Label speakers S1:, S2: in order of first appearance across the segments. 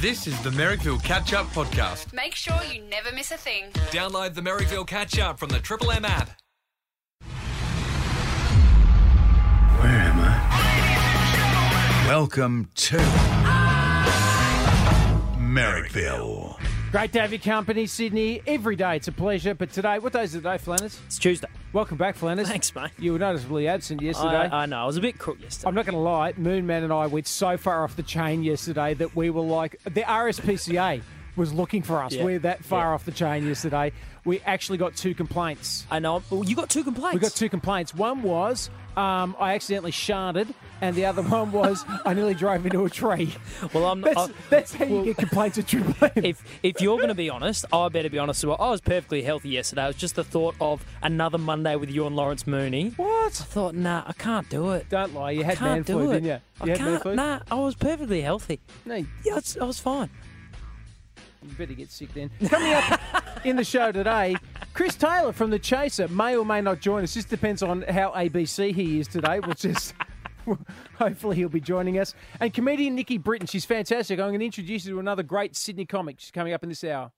S1: This is the Merrickville Catch Up Podcast.
S2: Make sure you never miss a thing.
S3: Download the Merrickville Catch Up from the Triple M app.
S4: Where am I? Welcome to Merrickville.
S5: Great to have your company, Sydney. Every day it's a pleasure. But today, what day is it today, Flanners?
S6: It's Tuesday.
S5: Welcome back, Flanners.
S6: Thanks, mate.
S5: You were noticeably absent yesterday.
S6: I, uh, I know. I was a bit crook yesterday.
S5: am not going to lie, Moonman and I went so far off the chain yesterday that we were like, the RSPCA was looking for us.
S6: Yeah.
S5: We're that far
S6: Yeah.
S5: off the chain yesterday. We actually got two complaints.
S6: I know. Well, you got two complaints.
S5: We got two complaints. One was um, I accidentally sharded, and the other one was I nearly drove into a tree.
S6: Well, I'm.
S5: That's,
S6: I,
S5: that's how
S6: well,
S5: you get complaints at Triple M.
S6: If if you're going to be honest, I better be honest as well. I was perfectly healthy yesterday. It was just the thought of another Monday with you and Lawrence Mooney.
S5: what?
S6: I thought, nah, I can't do it.
S5: Don't lie, you had
S6: can't
S5: man
S6: do
S5: flu,
S6: it.
S5: didn't you?
S6: I
S5: you had man
S6: can't.
S5: flu?
S6: Nah, I was perfectly healthy.
S5: No, you
S6: Yeah, I was, I was fine.
S5: better get sick then. Coming up in the show today, Chris Taylor from The Chaser may or may not join us. This depends on how ABC he is today. We'll just. Hopefully he'll be joining us. And comedian Nikki Britton, she's fantastic. I'm going to introduce you to another great Sydney comic. She's coming up in this hour.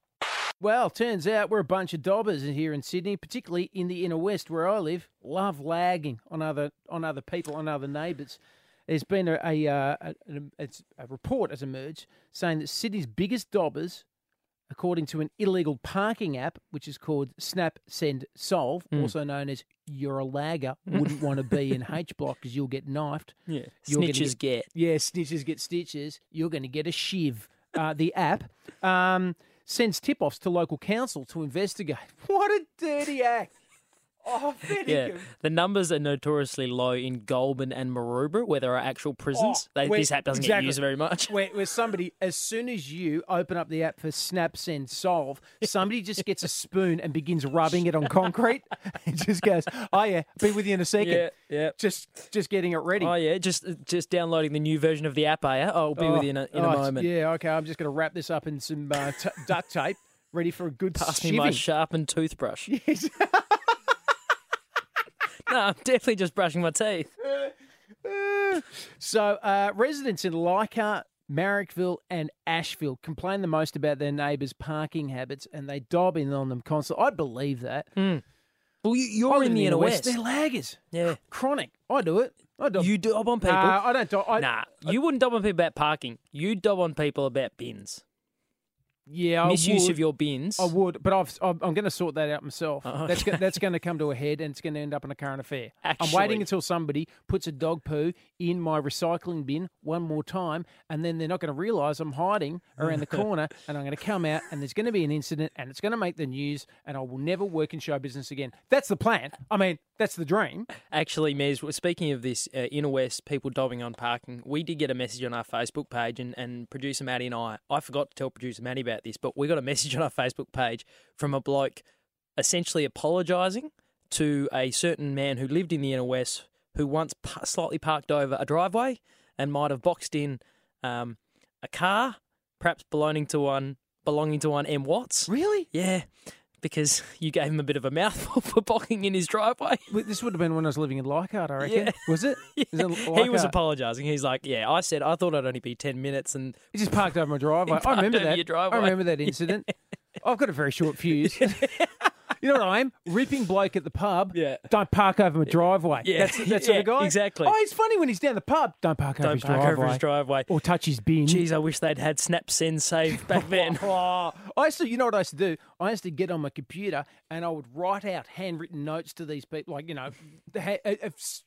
S5: Well, turns out we're a bunch of dobbers here in Sydney, particularly in the inner west where I live. Love lagging on other on other people, on other neighbours. There's been a a, uh, a, a, it's- a report has emerged saying that Sydney's biggest dobbers, according to an illegal parking app which is called Snap Send Solve,
S6: Mm.
S5: also known as You're a Lagger, wouldn't want to be in H Block because you'll get knifed.
S6: Yeah.
S5: You're gonna
S6: Snitches get.
S5: Yeah, snitches get stitches. You're going to get a shiv. Uh, the app um, sends tip offs to local council to investigate. What a dirty act. Oh, Finnegan.
S6: Yeah, the numbers are notoriously low in Goulburn and Maroubra, where there are actual prisons.
S5: Oh,
S6: they,
S5: wait,
S6: this app doesn't
S5: exactly.
S6: get used very much.
S5: Where, where somebody, as soon as you open up the app for Snap, Send, Solve, somebody just gets a spoon and begins rubbing it on concrete and just goes, oh, yeah, be with you in a second.
S6: Yeah, yeah.
S5: Just, just getting it ready.
S6: Oh yeah, just just downloading the new version of the app. Are you? I'll be with you in a,
S5: Oh,
S6: in a
S5: it's-
S6: moment.
S5: Yeah, okay. I'm just going to wrap this up in some uh, t- duct tape, ready for a good
S6: Pass me my
S5: shivving.
S6: sharpened toothbrush. no, I'm definitely just brushing my teeth.
S5: So, uh, residents in Leichhardt, Marrickville, and Asheville complain the most about their neighbours' parking habits, and they dob in on them constantly. I believe that.
S6: Well, you, Hmm. you're
S5: I live
S6: in the inner west.
S5: They're laggers.
S6: Yeah.
S5: chronic. I do it. I do.
S6: You dob on people.
S5: Uh, I don't. Do, I,
S6: nah, you wouldn't dob on people about parking. You dob on people about bins.
S5: Yeah. I
S6: Misuse
S5: would.
S6: of your bins.
S5: I would, but I've, I'm going to sort that out myself.
S6: Oh,
S5: That's go,
S6: okay.
S5: that's going to come to a head, and it's going to end up in a current affair. I'm waiting
S6: Actually-
S5: until somebody puts a dog poo in my recycling bin one more time, and then they're not going to realise I'm hiding around the corner, and I'm going to come out, and there's going to be an incident, and it's going to make the news, and I will never work in show business again. That's the plan. I mean, that's the dream.
S6: Actually, Mez, well, speaking of this uh, inner west, people dobbing on parking, we did get a message on our Facebook page, and, and producer Maddie and I, I forgot to tell producer Maddie about this, but we got a message on our Facebook page from a bloke essentially apologising to a certain man who lived in the inner west who once pa- slightly parked over a driveway and might have boxed in um, a car, perhaps belonging to one belonging to one M Watts.
S5: Really?
S6: Yeah, because you gave him a bit of a mouthful for boxing in his driveway.
S5: Well, This would have been when I was living in Leichhardt, I reckon.
S6: Yeah.
S5: Was it? Was it
S6: He was
S5: Leichhardt?
S6: apologising. He's like, "Yeah, I said I thought I'd only be ten minutes, and
S5: He just parked over my driveway. I
S6: parked
S5: remember
S6: over
S5: that.
S6: your driveway.
S5: I remember that incident. I've got a very short fuse. you know what I am? Ripping bloke at the pub.
S6: Yeah.
S5: Don't park over my driveway.
S6: Yeah.
S5: That's that's sort of
S6: Yeah,
S5: guy.
S6: exactly.
S5: Oh, it's funny when he's down the pub. Don't park over
S6: don't
S5: his
S6: park
S5: driveway.
S6: over his driveway."
S5: Or touch his bin.
S6: Geez, I wish they'd had snap send save back then.
S5: Oh, I used to, you know what I used to do? I used to get on my computer and I would write out handwritten notes to these people, like, you know, the ha- a- a- s-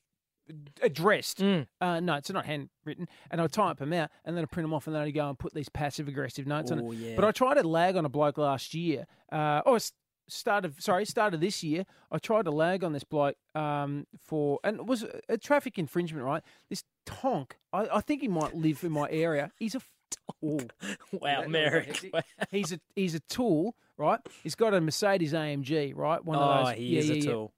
S5: addressed. Uh, no, it's not handwritten. And I'd type them out and then I'd print them off and then I'd go and put these passive aggressive notes on
S6: Oh,
S5: it.
S6: yeah.
S5: But I tried to lag on a bloke last year. Uh, oh, it's started sorry started this year i tried to lag on this bloke um for and it was a traffic infringement right this tonk i, I think he might live in my area he's a f- oh,
S6: wow,
S5: that
S6: Merrick.
S5: little bit. He's a he's a tool, right? He's got a Mercedes AMG, right? One
S6: Oh,
S5: of those.
S6: he
S5: yeah,
S6: is
S5: yeah,
S6: a
S5: yeah.
S6: tool.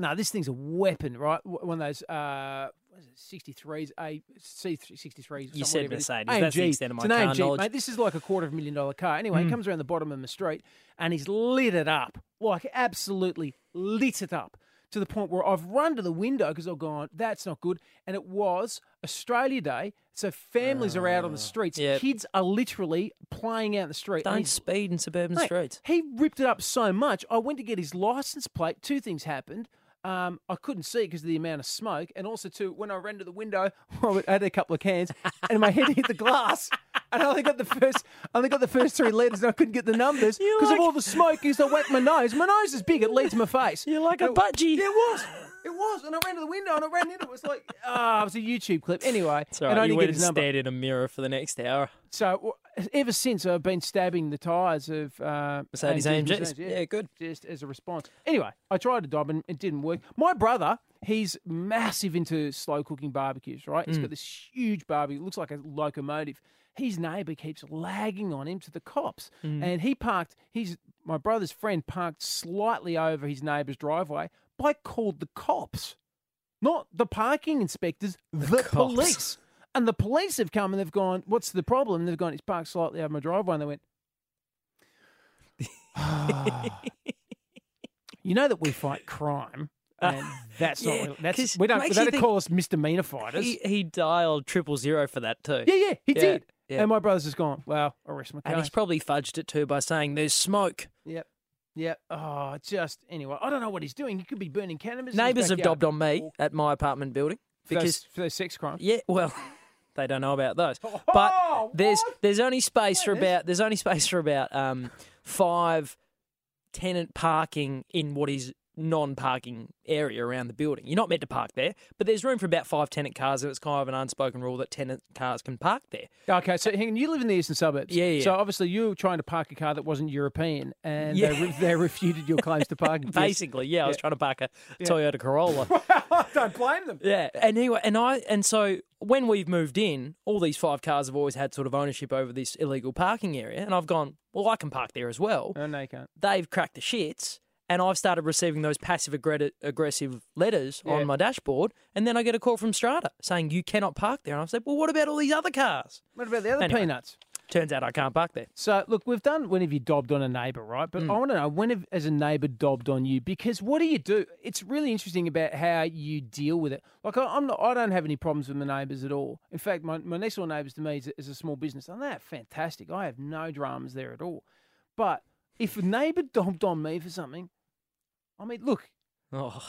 S5: No, this thing's a weapon, right? W- One of those uh, what is it, 63s, A C 63s.
S6: You
S5: something, whatever
S6: said
S5: it is.
S6: Mercedes. That's the
S5: AMG.
S6: extent of
S5: It's
S6: my
S5: an
S6: car
S5: AMG,
S6: knowledge. Hmm.
S5: Mate, this is like a quarter of a million dollar car. Anyway, he comes around the bottom of the street and he's lit it up, like absolutely lit it up. to the point where I've run to the window because I've gone, that's not good. And it was Australia Day, so families are out on the streets.
S6: Ah, yep.
S5: Kids are literally playing out in the street. And
S6: Don't
S5: he-
S6: speed in suburban
S5: Mate,
S6: streets.
S5: He ripped it up so much. I went to get his license plate. Two things happened. Um, I couldn't see because of the amount of smoke, and also too when I ran to the window, I had a couple of cans, and my head hit the glass, and I only got the first, I only got the first three letters, and I couldn't get the numbers because of
S6: like-
S5: all the smoke. Because I whacked my nose. My nose is big; it leads my face.
S6: You're like a
S5: And-
S6: budgie.
S5: Yeah, it was. It was, and I ran to the window and I ran into it. It was like, ah, it was a YouTube clip. Anyway,
S6: It's all
S5: and I
S6: right. You
S5: didn't
S6: went
S5: get
S6: and
S5: his number.
S6: stared in a mirror for the next hour.
S5: So w- ever since I've been stabbing the tyres of uh,
S6: Mercedes AMGs. Yeah, good.
S5: Just as a response. Anyway, I tried to dob and it didn't work. My brother, he's massive into slow cooking barbecues. Right, he's got this huge barbecue. Looks like a locomotive. His neighbour keeps lagging on him to the cops, and he parked. His my brother's friend parked slightly over his neighbour's driveway. But I called the cops. Not the parking inspectors, the,
S6: cops.
S5: police. And the police have come and they've gone, What's the problem? And they've gone, It's parked slightly over my driveway. And they went, "Ah, You know that we fight crime. And that's
S6: Uh, yeah,
S5: not, that's,
S6: 'cause
S5: we don't,
S6: it
S5: they
S6: makes you
S5: don't
S6: think-
S5: call us misdemeanor fighters.
S6: He, he dialed triple zero for that too.
S5: yeah, yeah, he
S6: Yeah,
S5: did.
S6: yeah.
S5: And my brother's just gone, Well, arrest my
S6: And
S5: case.
S6: he's probably fudged it too by saying there's smoke.
S5: yep. Yep. Oh, just, anyway, I don't know what he's doing. He could be burning cannabis. in his
S6: Neighbours have
S5: backyard.
S6: dobbed on me at my apartment building
S5: For those-
S6: because
S5: for those sex crimes.
S6: yeah, well, they don't know about those. But
S5: Oh,
S6: there's
S5: what?
S6: there's only space
S5: Yeah,
S6: for
S5: there's-
S6: about there's only space for about um five tenant parking in what is non-parking area around the building. You're not meant to park there, but there's room for about five tenant cars, and it's kind of an unspoken rule that tenant cars can park there.
S5: Okay, so hang on, you live in the eastern suburbs.
S6: Yeah, yeah.
S5: So obviously you were trying to park a car that wasn't European and they,
S6: Yeah.
S5: re- they refuted your claims to parking.
S6: Basically, yeah, I was trying to park a Toyota Corolla.
S5: Don't blame them.
S6: yeah, and anyway, and I and so when we've moved in, all these five cars have always had sort of ownership over this illegal parking area, and I've gone, well, I can park there as well.
S5: Oh, no, you can't.
S6: they've cracked the shits and I've started receiving those passive aggre- aggressive letters
S5: Yeah.
S6: on my dashboard. And then I get a call from Strata saying, You cannot park there. And I've said, Well, what about all these other cars?
S5: What about the other
S6: Anyway.
S5: peanuts?
S6: Turns out I can't park there.
S5: So look, we've done when have you dobbed on a neighbour, right? But I want to know when have as a neighbour dobbed on you? Because what do you do? It's really interesting about how you deal with it. Like I, I'm not, I don't have any problems with my neighbours at all. In fact, my, my next door neighbours to me is, a- is a small business, and they're fantastic. I have no dramas there at all. But if a neighbour dobbed on me for something, I mean, look,
S6: Oh,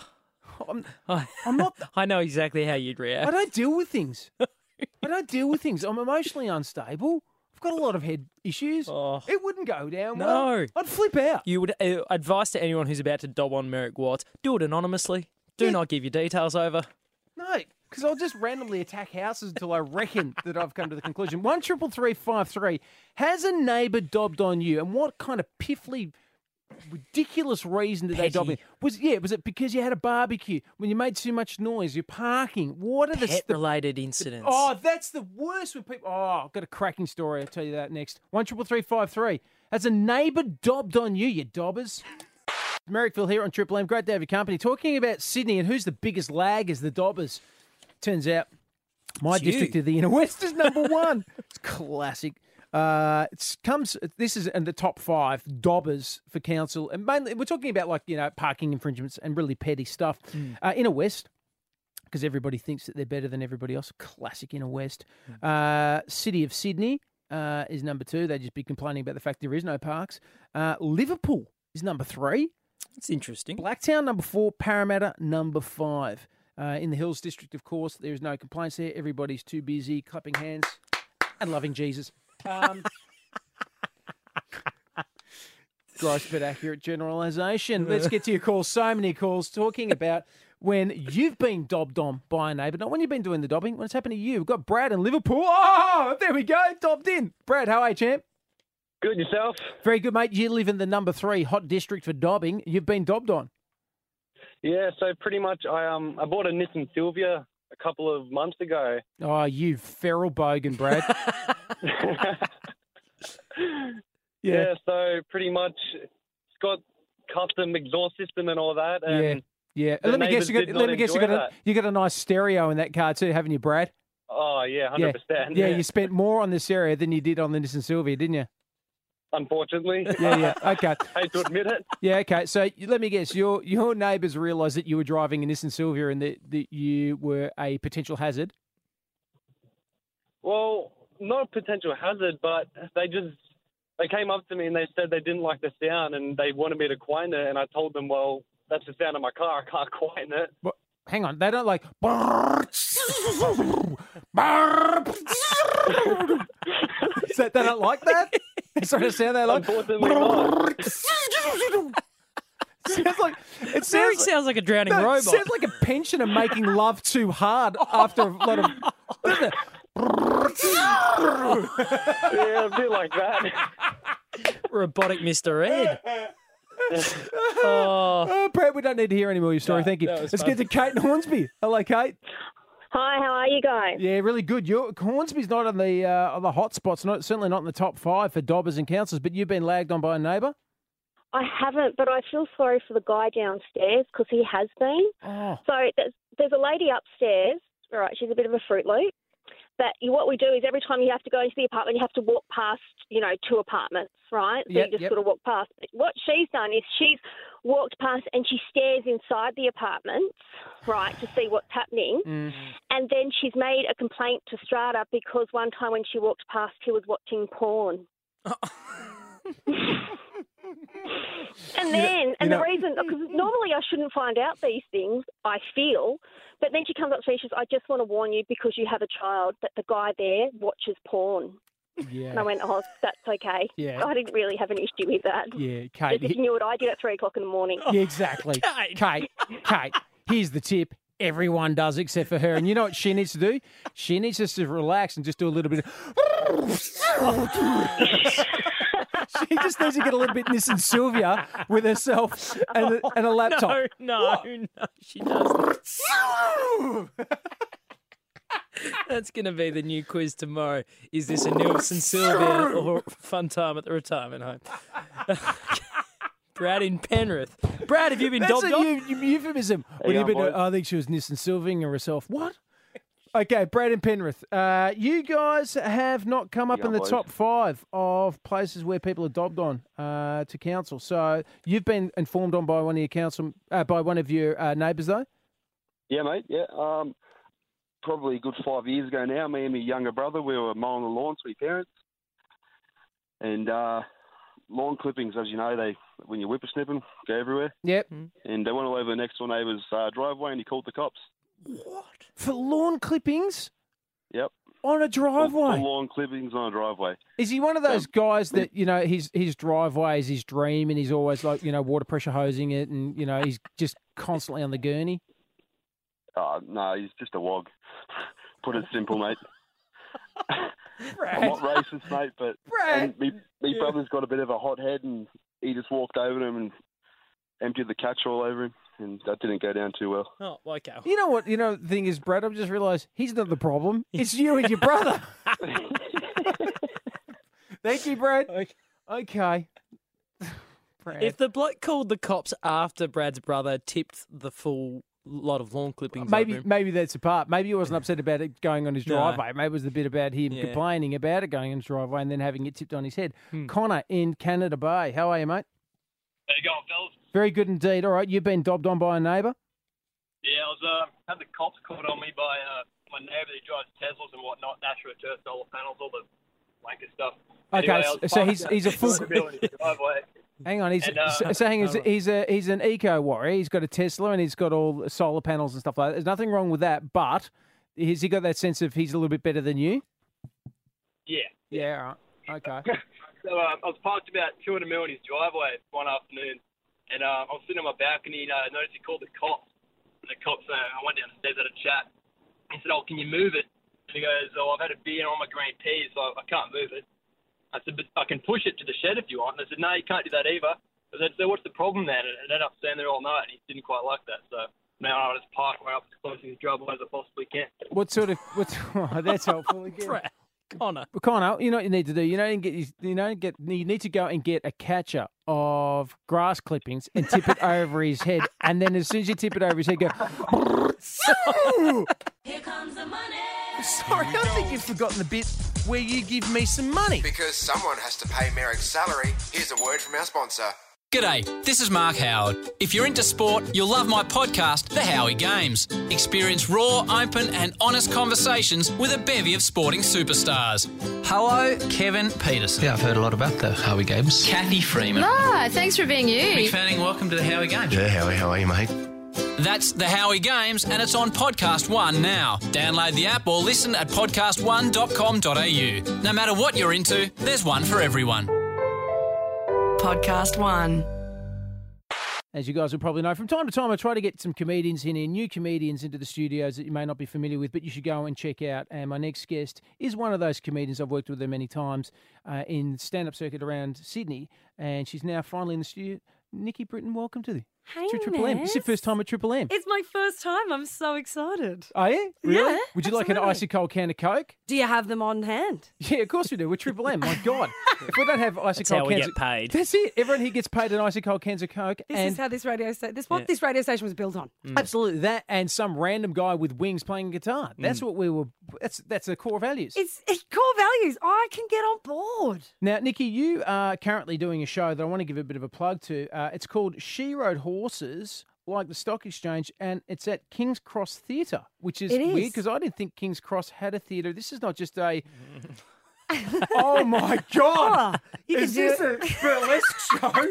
S5: I'm,
S6: I,
S5: I'm not.
S6: I know exactly how you'd
S5: I
S6: react.
S5: don't deal with things. I don't deal with things. I'm emotionally unstable. I've got a lot of head issues.
S6: Oh.
S5: It wouldn't go down.
S6: No.
S5: well. I'd flip out.
S6: You would uh, advice to anyone who's about to dob on Merrick Watts do it anonymously. Do
S5: Yeah.
S6: not give your details over.
S5: No, because I'll just randomly attack houses until I reckon that I've come to the conclusion. One triple three five three. Has a neighbour dobbed on you, and what kind of piffly, ridiculous reason did they dob you?
S6: Petty.
S5: Was yeah, was it because you had a barbecue when you made too much noise? You're parking. What are the
S6: Pet
S5: st-
S6: related incidents.
S5: Oh, that's the worst when people. Oh, I've got a cracking story. I'll tell you that next. One triple three five three. Has a neighbour dobbed on you, you dobbers? Merrickville here on Triple M. Great to have your company. Talking about Sydney and who's the biggest lag is the dobbers. Turns out my
S6: It's you.
S5: district of the inner west is number one. it's classic. Uh, it's comes. This is in the top five dobbers for council, and mainly we're talking about like you know parking infringements and really petty stuff.
S6: Hmm.
S5: Uh, inner west because everybody thinks that they're better than everybody else. Classic inner west.
S6: Hmm.
S5: Uh, City of Sydney uh, is number two. They just be complaining about the fact there is no parks. Uh, Liverpool is number three.
S6: It's interesting.
S5: Blacktown number four. Parramatta number five. Uh, in the Hills District, of course, there is no complaints there. Everybody's too busy clapping hands and loving Jesus. Um, gross but accurate generalisation. Let's get to your calls. So many calls talking about when you've been dobbed on by a neighbour, not when you've been doing the dobbing, when it's happened to you. We've got Brad in Liverpool. Oh, there we go, dobbed in. Brad, how are you, champ?
S7: Good yourself.
S5: Very good, mate. You live in the number three hot district for dobbing. You've been dobbed on.
S7: Yeah, so pretty much I um I bought a Nissan Silvia a couple of months ago.
S5: Oh, you feral bogan, Brad.
S7: Yeah, so pretty much it's got custom exhaust system and all that
S5: Yeah.
S7: and
S5: Yeah.
S7: um, The
S5: Let me guess.
S7: neighbours
S5: You got,
S7: did
S5: let
S7: not
S5: me guess. You
S7: enjoy
S5: got a
S7: that.
S5: you got a nice stereo in that car too, haven't you, Brad?
S7: oh yeah,
S5: Yeah.
S7: hundred percent.
S5: Yeah. You spent more on this area than you did on the Nissan Silvia, didn't you?
S7: unfortunately.
S5: Yeah, yeah. Okay.
S7: hate to admit it.
S5: Yeah, okay. So you- let me guess. Your your neighbours realised that you were driving in this and Sylvia and that, that you were a potential hazard.
S7: Well, not a potential hazard, but they just they came up to me and they said they didn't like the sound and they wanted me to quieten it, and I told them, well, that's the sound of my car. I can't quieten it.
S5: But hang on, they don't like. so they don't like that. That's what it sound they like.
S7: Unfortunately, not.
S5: sounds like it
S6: Mary
S5: sounds.
S6: sounds like a drowning
S5: no,
S6: robot.
S5: it sounds like a pensioner making love too hard after a lot of. doesn't it?
S7: yeah, a bit like that.
S6: Robotic Mr. Ed. oh,
S5: Oh, Brad, we don't need to hear any more of your story. Thank you. Let's get to Kate and Hornsby. Hello, Kate.
S8: Hi, how are you guys?
S5: Yeah, really good. Your Hornsby's not on the uh, on the hot spots, not certainly not in the top five for dobbers and councils. But you've been lagged on by a neighbour.
S8: I haven't, but I feel sorry for the guy downstairs because he has been.
S5: Oh,
S8: So there's, there's a lady upstairs, all right, she's a bit of a fruit loop. But you, what we do is every time you have to go into the apartment, you have to walk past, you know, two apartments, right? So
S5: Yep,
S8: you just
S5: yep.
S8: sort of walk past. But what she's done is she's walked past and she stares inside the apartments, right, to see what's happening.
S5: Mm.
S8: And then she's made a complaint to Strata because one time when she walked past, he was watching porn. and then, and
S5: know-
S8: the reason, because normally I shouldn't find out these things, I feel, but then she comes up to me and she says, I just want to warn you because you have a child that the guy there watches porn. And I
S5: yeah,
S8: went, oh, that's okay.
S5: Yeah.
S8: I didn't really have an issue with that.
S5: yeah, Oh,
S8: Just
S5: Kate.
S8: if you knew what I did at three o'clock in the morning.
S5: Yeah, exactly.
S6: Kate.
S5: Kate, Kate, here's the tip. Everyone does except for her. And you know what she needs to do? She needs just to relax and just do a little bit of. she just needs to get a little bit this and Sylvia with herself and a, and a laptop.
S6: no, no, no, she doesn't. That's going to be the new quiz tomorrow. Is this a Nielsen Sylvia or fun time at the retirement home? Brad in Penrith. Brad, have you been
S5: That's
S6: dobbed
S5: a
S6: on?
S5: eu- eu- euphemism. When you
S7: on,
S5: been to-
S7: boys.
S5: I think she was Nissan Sylving herself. What? Okay, Brad and Penrith. Uh, you guys have not come up in the top five of places where people are dobbed on uh, to council. So you've been informed on by one of your council, uh, by one of your uh, neighbours, though.
S9: Yeah, mate. Yeah. Um, probably a good five years ago now, me and my younger brother, we were mowing the lawns with my parents. And uh, lawn clippings, as you know, they when you're whippersnipping, go everywhere.
S5: Yep.
S9: And they went all over the next door neighbour's uh, driveway and he called the cops.
S5: For lawn clippings
S9: Yep.
S5: on a
S9: All-
S5: driveway.
S9: all lawn clippings on a driveway.
S5: Is he one of those guys that you know his his driveway is his dream, and he's always like you know water pressure hosing it, and you know he's just constantly on the gurney.
S9: Oh, no, he's just a wog. Put it simple, mate. I'm not racist, mate, but and me, me brother's got a bit of a hot head, and he just walked over to him and emptied the catch all over him, and that didn't go down too well.
S6: Oh, okay.
S5: You know what? You know the thing is, Brad. I've just realised he's not the problem. It's you and your brother. Thank you, Brad.
S6: Okay.
S5: Okay. Brad.
S6: If the bloke called the cops after Brad's brother tipped the full lot of lawn clippings, over
S5: maybe
S6: him-
S5: maybe that's the part. Maybe he wasn't upset about it going on his
S6: No.
S5: driveway. Maybe it was the bit about him
S6: Yeah.
S5: complaining about it going on his driveway and then having it tipped on his head.
S6: Hmm.
S5: Connor in Canada Bay. How are you, mate?
S7: There you go, fellas.
S5: Very good indeed. All right, you've been dobbed on by a neighbour.
S7: Yeah, I was uh, had the cops called on me by uh, my neighbour who drives Teslas and whatnot, National Earth solar panels, all the blanket stuff.
S5: Okay,
S7: Anyway, I was
S5: so he's-
S7: parked
S5: he's a
S7: in
S5: full-
S7: the middle of the driveway.
S5: Hang on, he's
S7: And, uh,
S5: so, so hang on, he's, he's a he's an eco warrior. He's got a Tesla and he's got all the solar panels and stuff like that. There's nothing wrong with that, but has he got that sense of he's a little bit better than you?
S7: Yeah.
S5: Yeah. All right. Okay.
S7: So um, I was parked about 200 mil in his driveway one afternoon, and um, I was sitting on my balcony and I noticed he called the cops. And the cops, uh, I went downstairs had a chat. He said, "Oh, can you move it?" And he goes, "Oh, I've had a beer on my green peas, so I can't move it." I said, "But I can push it to the shed if you want." And they said, "No, you can't do that either." I said, "So what's the problem then?" And I ended up standing there all night, and he didn't quite like that. So now I just park right up as close to his driveway as I possibly can.
S5: What sort of what? Oh, that's helpful. Again.
S6: Brad, Connor.
S5: Well, Connor, you know what you need to do. You know, get you know, get you need to go and get a catcher of grass clippings and tip it over his head, and then as soon as you tip it over his head, go. Here comes the money. Sorry, I think you've forgotten the bit where you give me some money.
S10: Because someone has to pay Merrick's salary, here's a word from our sponsor.
S11: G'day, this is Mark Howard. If you're into sport, you'll love my podcast, The Howie Games. Experience raw, open, and honest conversations with a bevy of sporting superstars. Hello, Kevin Peterson.
S12: Yeah, I've heard a lot about the Howie Games.
S11: Kathy Freeman.
S13: Ah, thanks for being you.
S11: Big Fanning, welcome to The Howie Games.
S12: Yeah, Howie, how are you, mate?
S11: That's The Howie Games, and it's on Podcast One now. Download the app or listen at podcastone.com.au. No matter what you're into, there's one for everyone.
S13: Podcast One.
S5: As you guys will probably know, from time to time I try to get some comedians in here, new comedians into the studios that you may not be familiar with, but you should go and check out. And my next guest is one of those comedians. I've worked with her many times uh, in stand-up circuit around Sydney, and she's now finally in the studio. Nikki Britton, welcome to the
S14: Hey,
S5: to Triple M. It's your
S14: Ness.
S5: first time at Triple M.
S14: It's my first time. I'm so excited.
S5: Are you? Really?
S14: Yeah,
S5: Would you like an
S14: absolutely.
S5: icy cold can of Coke?
S14: Do you have them on hand?
S5: Yeah, of course we do. We're Triple M. My God. If we don't have icy
S14: That's
S5: cold
S14: how we
S5: cans
S14: get
S5: of-
S14: paid.
S5: That's it. Everyone here gets paid an icy cold cans of Coke.
S14: This
S5: and
S14: is how this radio sta- this what
S5: Yeah.
S14: this radio station was built on.
S5: Absolutely, that and some random guy with wings playing guitar. That's
S14: Mm.
S5: what we were. That's that's the core values.
S14: It's, it's core values. I can get on board.
S5: now, Nikki, you are currently doing a show that I want to give a bit of a plug to. Uh, it's called She Rode Horses, like the Stock Exchange, and it's at King's Cross Theatre, which is,
S14: It
S5: weird
S14: is.
S5: because I didn't think King's Cross had a theatre. This is not just a. oh my God!
S14: Oh, you can
S5: is
S14: do
S5: this
S14: it.
S5: a burlesque show?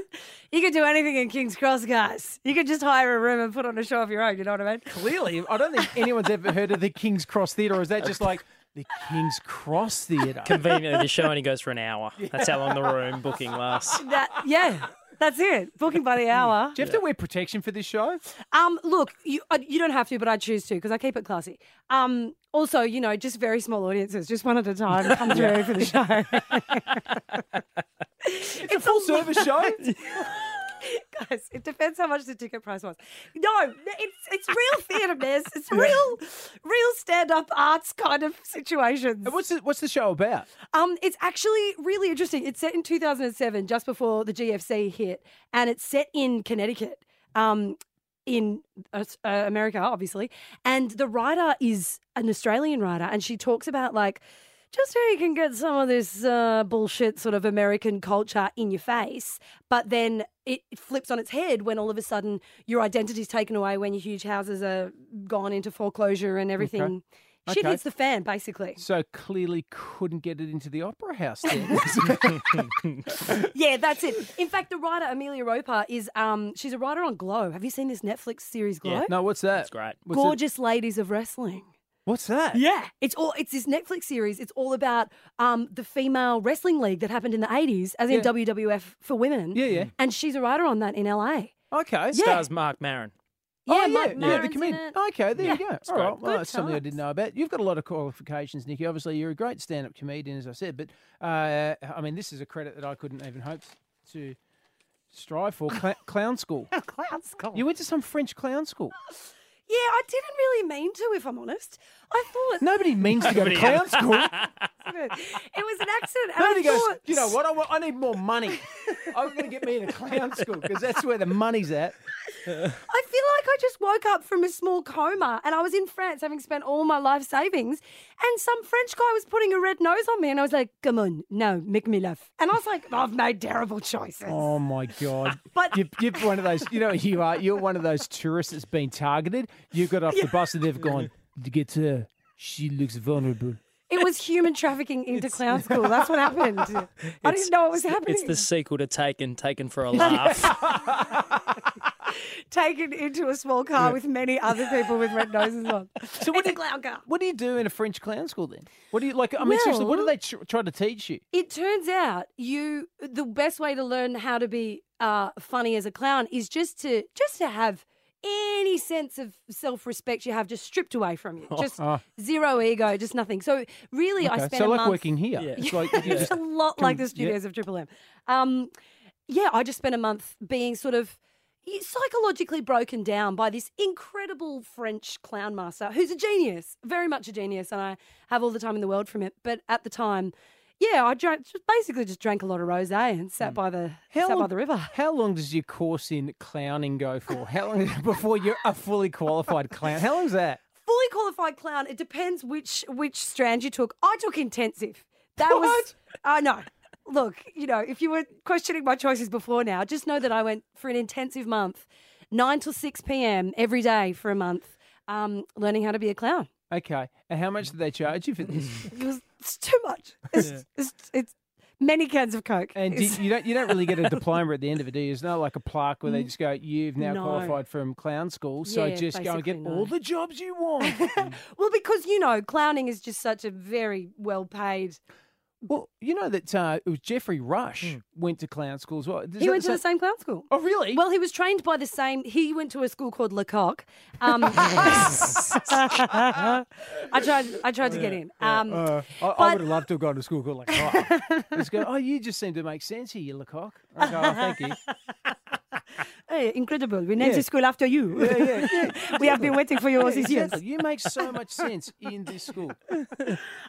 S14: You can do anything in King's Cross, guys. You can just hire a room and put on a show of your own. You know what I mean?
S5: Clearly, I don't think anyone's ever heard of the King's Cross Theatre. Or is that just like the King's Cross Theatre?
S6: Conveniently, the show only goes for an hour. That's how long the room booking lasts.
S14: That yeah. That's it. Booking by
S5: Mm.
S14: the hour.
S5: Do you have to wear protection for this show?
S14: Um, look, you uh, you don't have to, but I choose to because I keep it classy. Um, also, you know, just very small audiences, just one at a time. Come through for the show.
S5: It's, a full service show.
S14: Guys, it depends how much the ticket price was. No, it's it's real theatre, Miss. It's real, real stand-up arts kind of situations.
S5: what's the, what's the show about?
S14: Um, it's actually really interesting. It's set in 2007, just before the GFC hit, and it's set in Connecticut. Um, in uh, s- uh, America, obviously, and the writer is an Australian writer, and she talks about like just how you can get some of this uh, bullshit sort of American culture in your face, but then it it flips on its head when all of a sudden your identity's taken away when your huge houses are gone into foreclosure and everything. Shit
S5: Okay.
S14: hits the fan, basically.
S5: So clearly couldn't get it into the Opera House. Then.
S14: yeah, that's it. In fact, the writer Amelia Roper is um she's a writer on Glow. Have you seen this Netflix series Glow?
S5: No, what's that? That's
S6: great.
S5: What's it-
S14: Gorgeous ladies of wrestling.
S5: What's that?
S14: Yeah, it's all it's this Netflix series. It's all about um the female wrestling league that happened in the eighties, as in
S6: Yeah.
S14: WWF for women.
S6: Yeah, yeah.
S14: And she's a writer on that in LA.
S5: Okay.
S6: Stars Mark Maron.
S14: Yeah,
S5: oh, yeah,
S14: Mike
S5: yeah, the
S14: Maron's
S5: comedian.
S14: in it.
S5: Okay, there you
S14: Yeah.
S5: go.
S14: It's
S5: All
S14: great.
S5: right, well,
S14: Good
S5: that's something I didn't know about. You've got a lot of qualifications, Nikki. Obviously, you're a great stand-up comedian, as I said. But uh, I mean, this is a credit that I couldn't even hope to strive for. Cl- clown school.
S14: Clown school.
S5: You went to some French clown school.
S14: Yeah, I didn't really mean to, if I'm honest. I thought
S5: Nobody means to go to
S14: Nobody-
S5: clown school.
S14: it was an accident. and I
S5: Nobody goes,
S14: thought-
S5: you know what? I, want, I need more money. I'm going to get me in a clown school because that's where the money's at.
S14: I feel like I just woke up from a small coma and I was in France having spent all my life savings. And some French guy was putting a red nose on me and I was like, come on, no, make me laugh. And I was like, I've made terrible choices.
S5: Oh my god!
S14: But-
S5: you're, you're one of those. You know, you are. You're one of those tourists that's been targeted. You got off the bus and they've gone. To get her, she looks vulnerable.
S14: It was human trafficking into clown school. That's what happened. I
S6: It's-
S14: didn't know it was happening.
S6: It's the sequel to Taken, Taken for a Laugh.
S14: Taken into a small car with many other people with red noses on. So what it's a clown car.
S5: What do you do in a French clown school then? What do you like? I mean, seriously, what do
S14: Well-
S5: they tr- try to teach you?
S14: It turns out you the best way to learn how to be uh, funny as a clown is just to just to have any sense of self-respect you have just stripped away from you. Just
S5: Ah.
S14: zero ego, just nothing. So really, I
S5: Okay,
S14: spent
S5: so
S14: a
S5: like
S14: month
S5: working here. It's like you
S14: it's
S5: just
S14: a lot like
S5: can-
S14: the studios
S5: yeah.
S14: of Triple M. Um, yeah, I just spent a month being sort of psychologically broken down by this incredible French clown master who's a genius, very much a genius, and I have all the time in the world from it. But at the time, yeah, I drank, just basically just drank a lot of rosé and sat by the sat by the river.
S5: How long does your course in clowning go for? How long before you're a fully qualified clown? How long's that?
S14: Fully qualified clown. It depends which which strand you took. I took intensive. That was. uh, I know. Look, you know, if you were questioning my choices before now, just know that I went for an intensive month, nine till six p.m. every day for a month, um, learning how to be a clown.
S5: Okay. And how much did they charge you for this?
S14: It was it's too much. It's, it's, it's many cans of coke.
S5: And do, you don't you don't really get a diploma at the end of it, do you? There's no like a plaque where they just go, "You've now
S14: No.
S5: qualified from clown school, so
S14: Yeah,
S5: just go and get
S14: basically,
S5: all
S14: no.
S5: the jobs you want."
S14: well, because you know, clowning is just such a very well-paid.
S5: Well, you know that uh, it was Jeffrey Rush went to clown school as well. Is
S14: Hmm. he
S5: that
S14: went to the
S5: sa-
S14: same clown school.
S5: Oh, really?
S14: Well, he was trained by the same. He went to a school called Lecoq. Um, I tried. I tried to get in. Um,
S5: Uh, I, I would have loved to have gone to school called Lecoq. Let's go. Oh, you just seem to make sense here, you Lecoq. Okay, well, thank you.
S14: hey, incredible! We named
S5: Yeah.
S14: the school after you.
S5: Yeah, yeah,
S14: we have been waiting for you all
S5: Yeah,
S14: these years.
S5: exactly. You make so much sense in this school.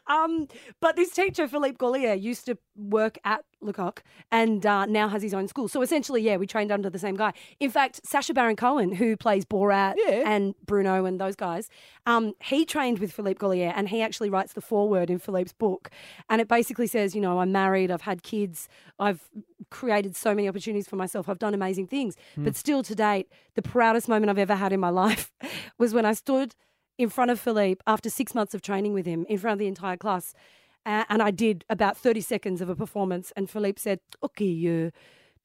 S14: Um, but this teacher, Philippe Gollier, used to work at Lecoq and uh, now has his own school. So essentially, yeah, we trained under the same guy. In fact, Sasha Baron Cohen, who plays Borat and Bruno and those guys, um, he trained with Philippe Gollier and he actually writes the foreword in Philippe's book. And it basically says, you know, I'm married, I've had kids, I've created so many opportunities for myself, I've done amazing things.
S15: Hmm.
S14: But still to date, the proudest moment I've ever had in my life was when I stood in front of Philippe after six months of training with him in front of the entire class. Uh, and I did about 30 seconds of a performance. And Philippe said, Okay, uh,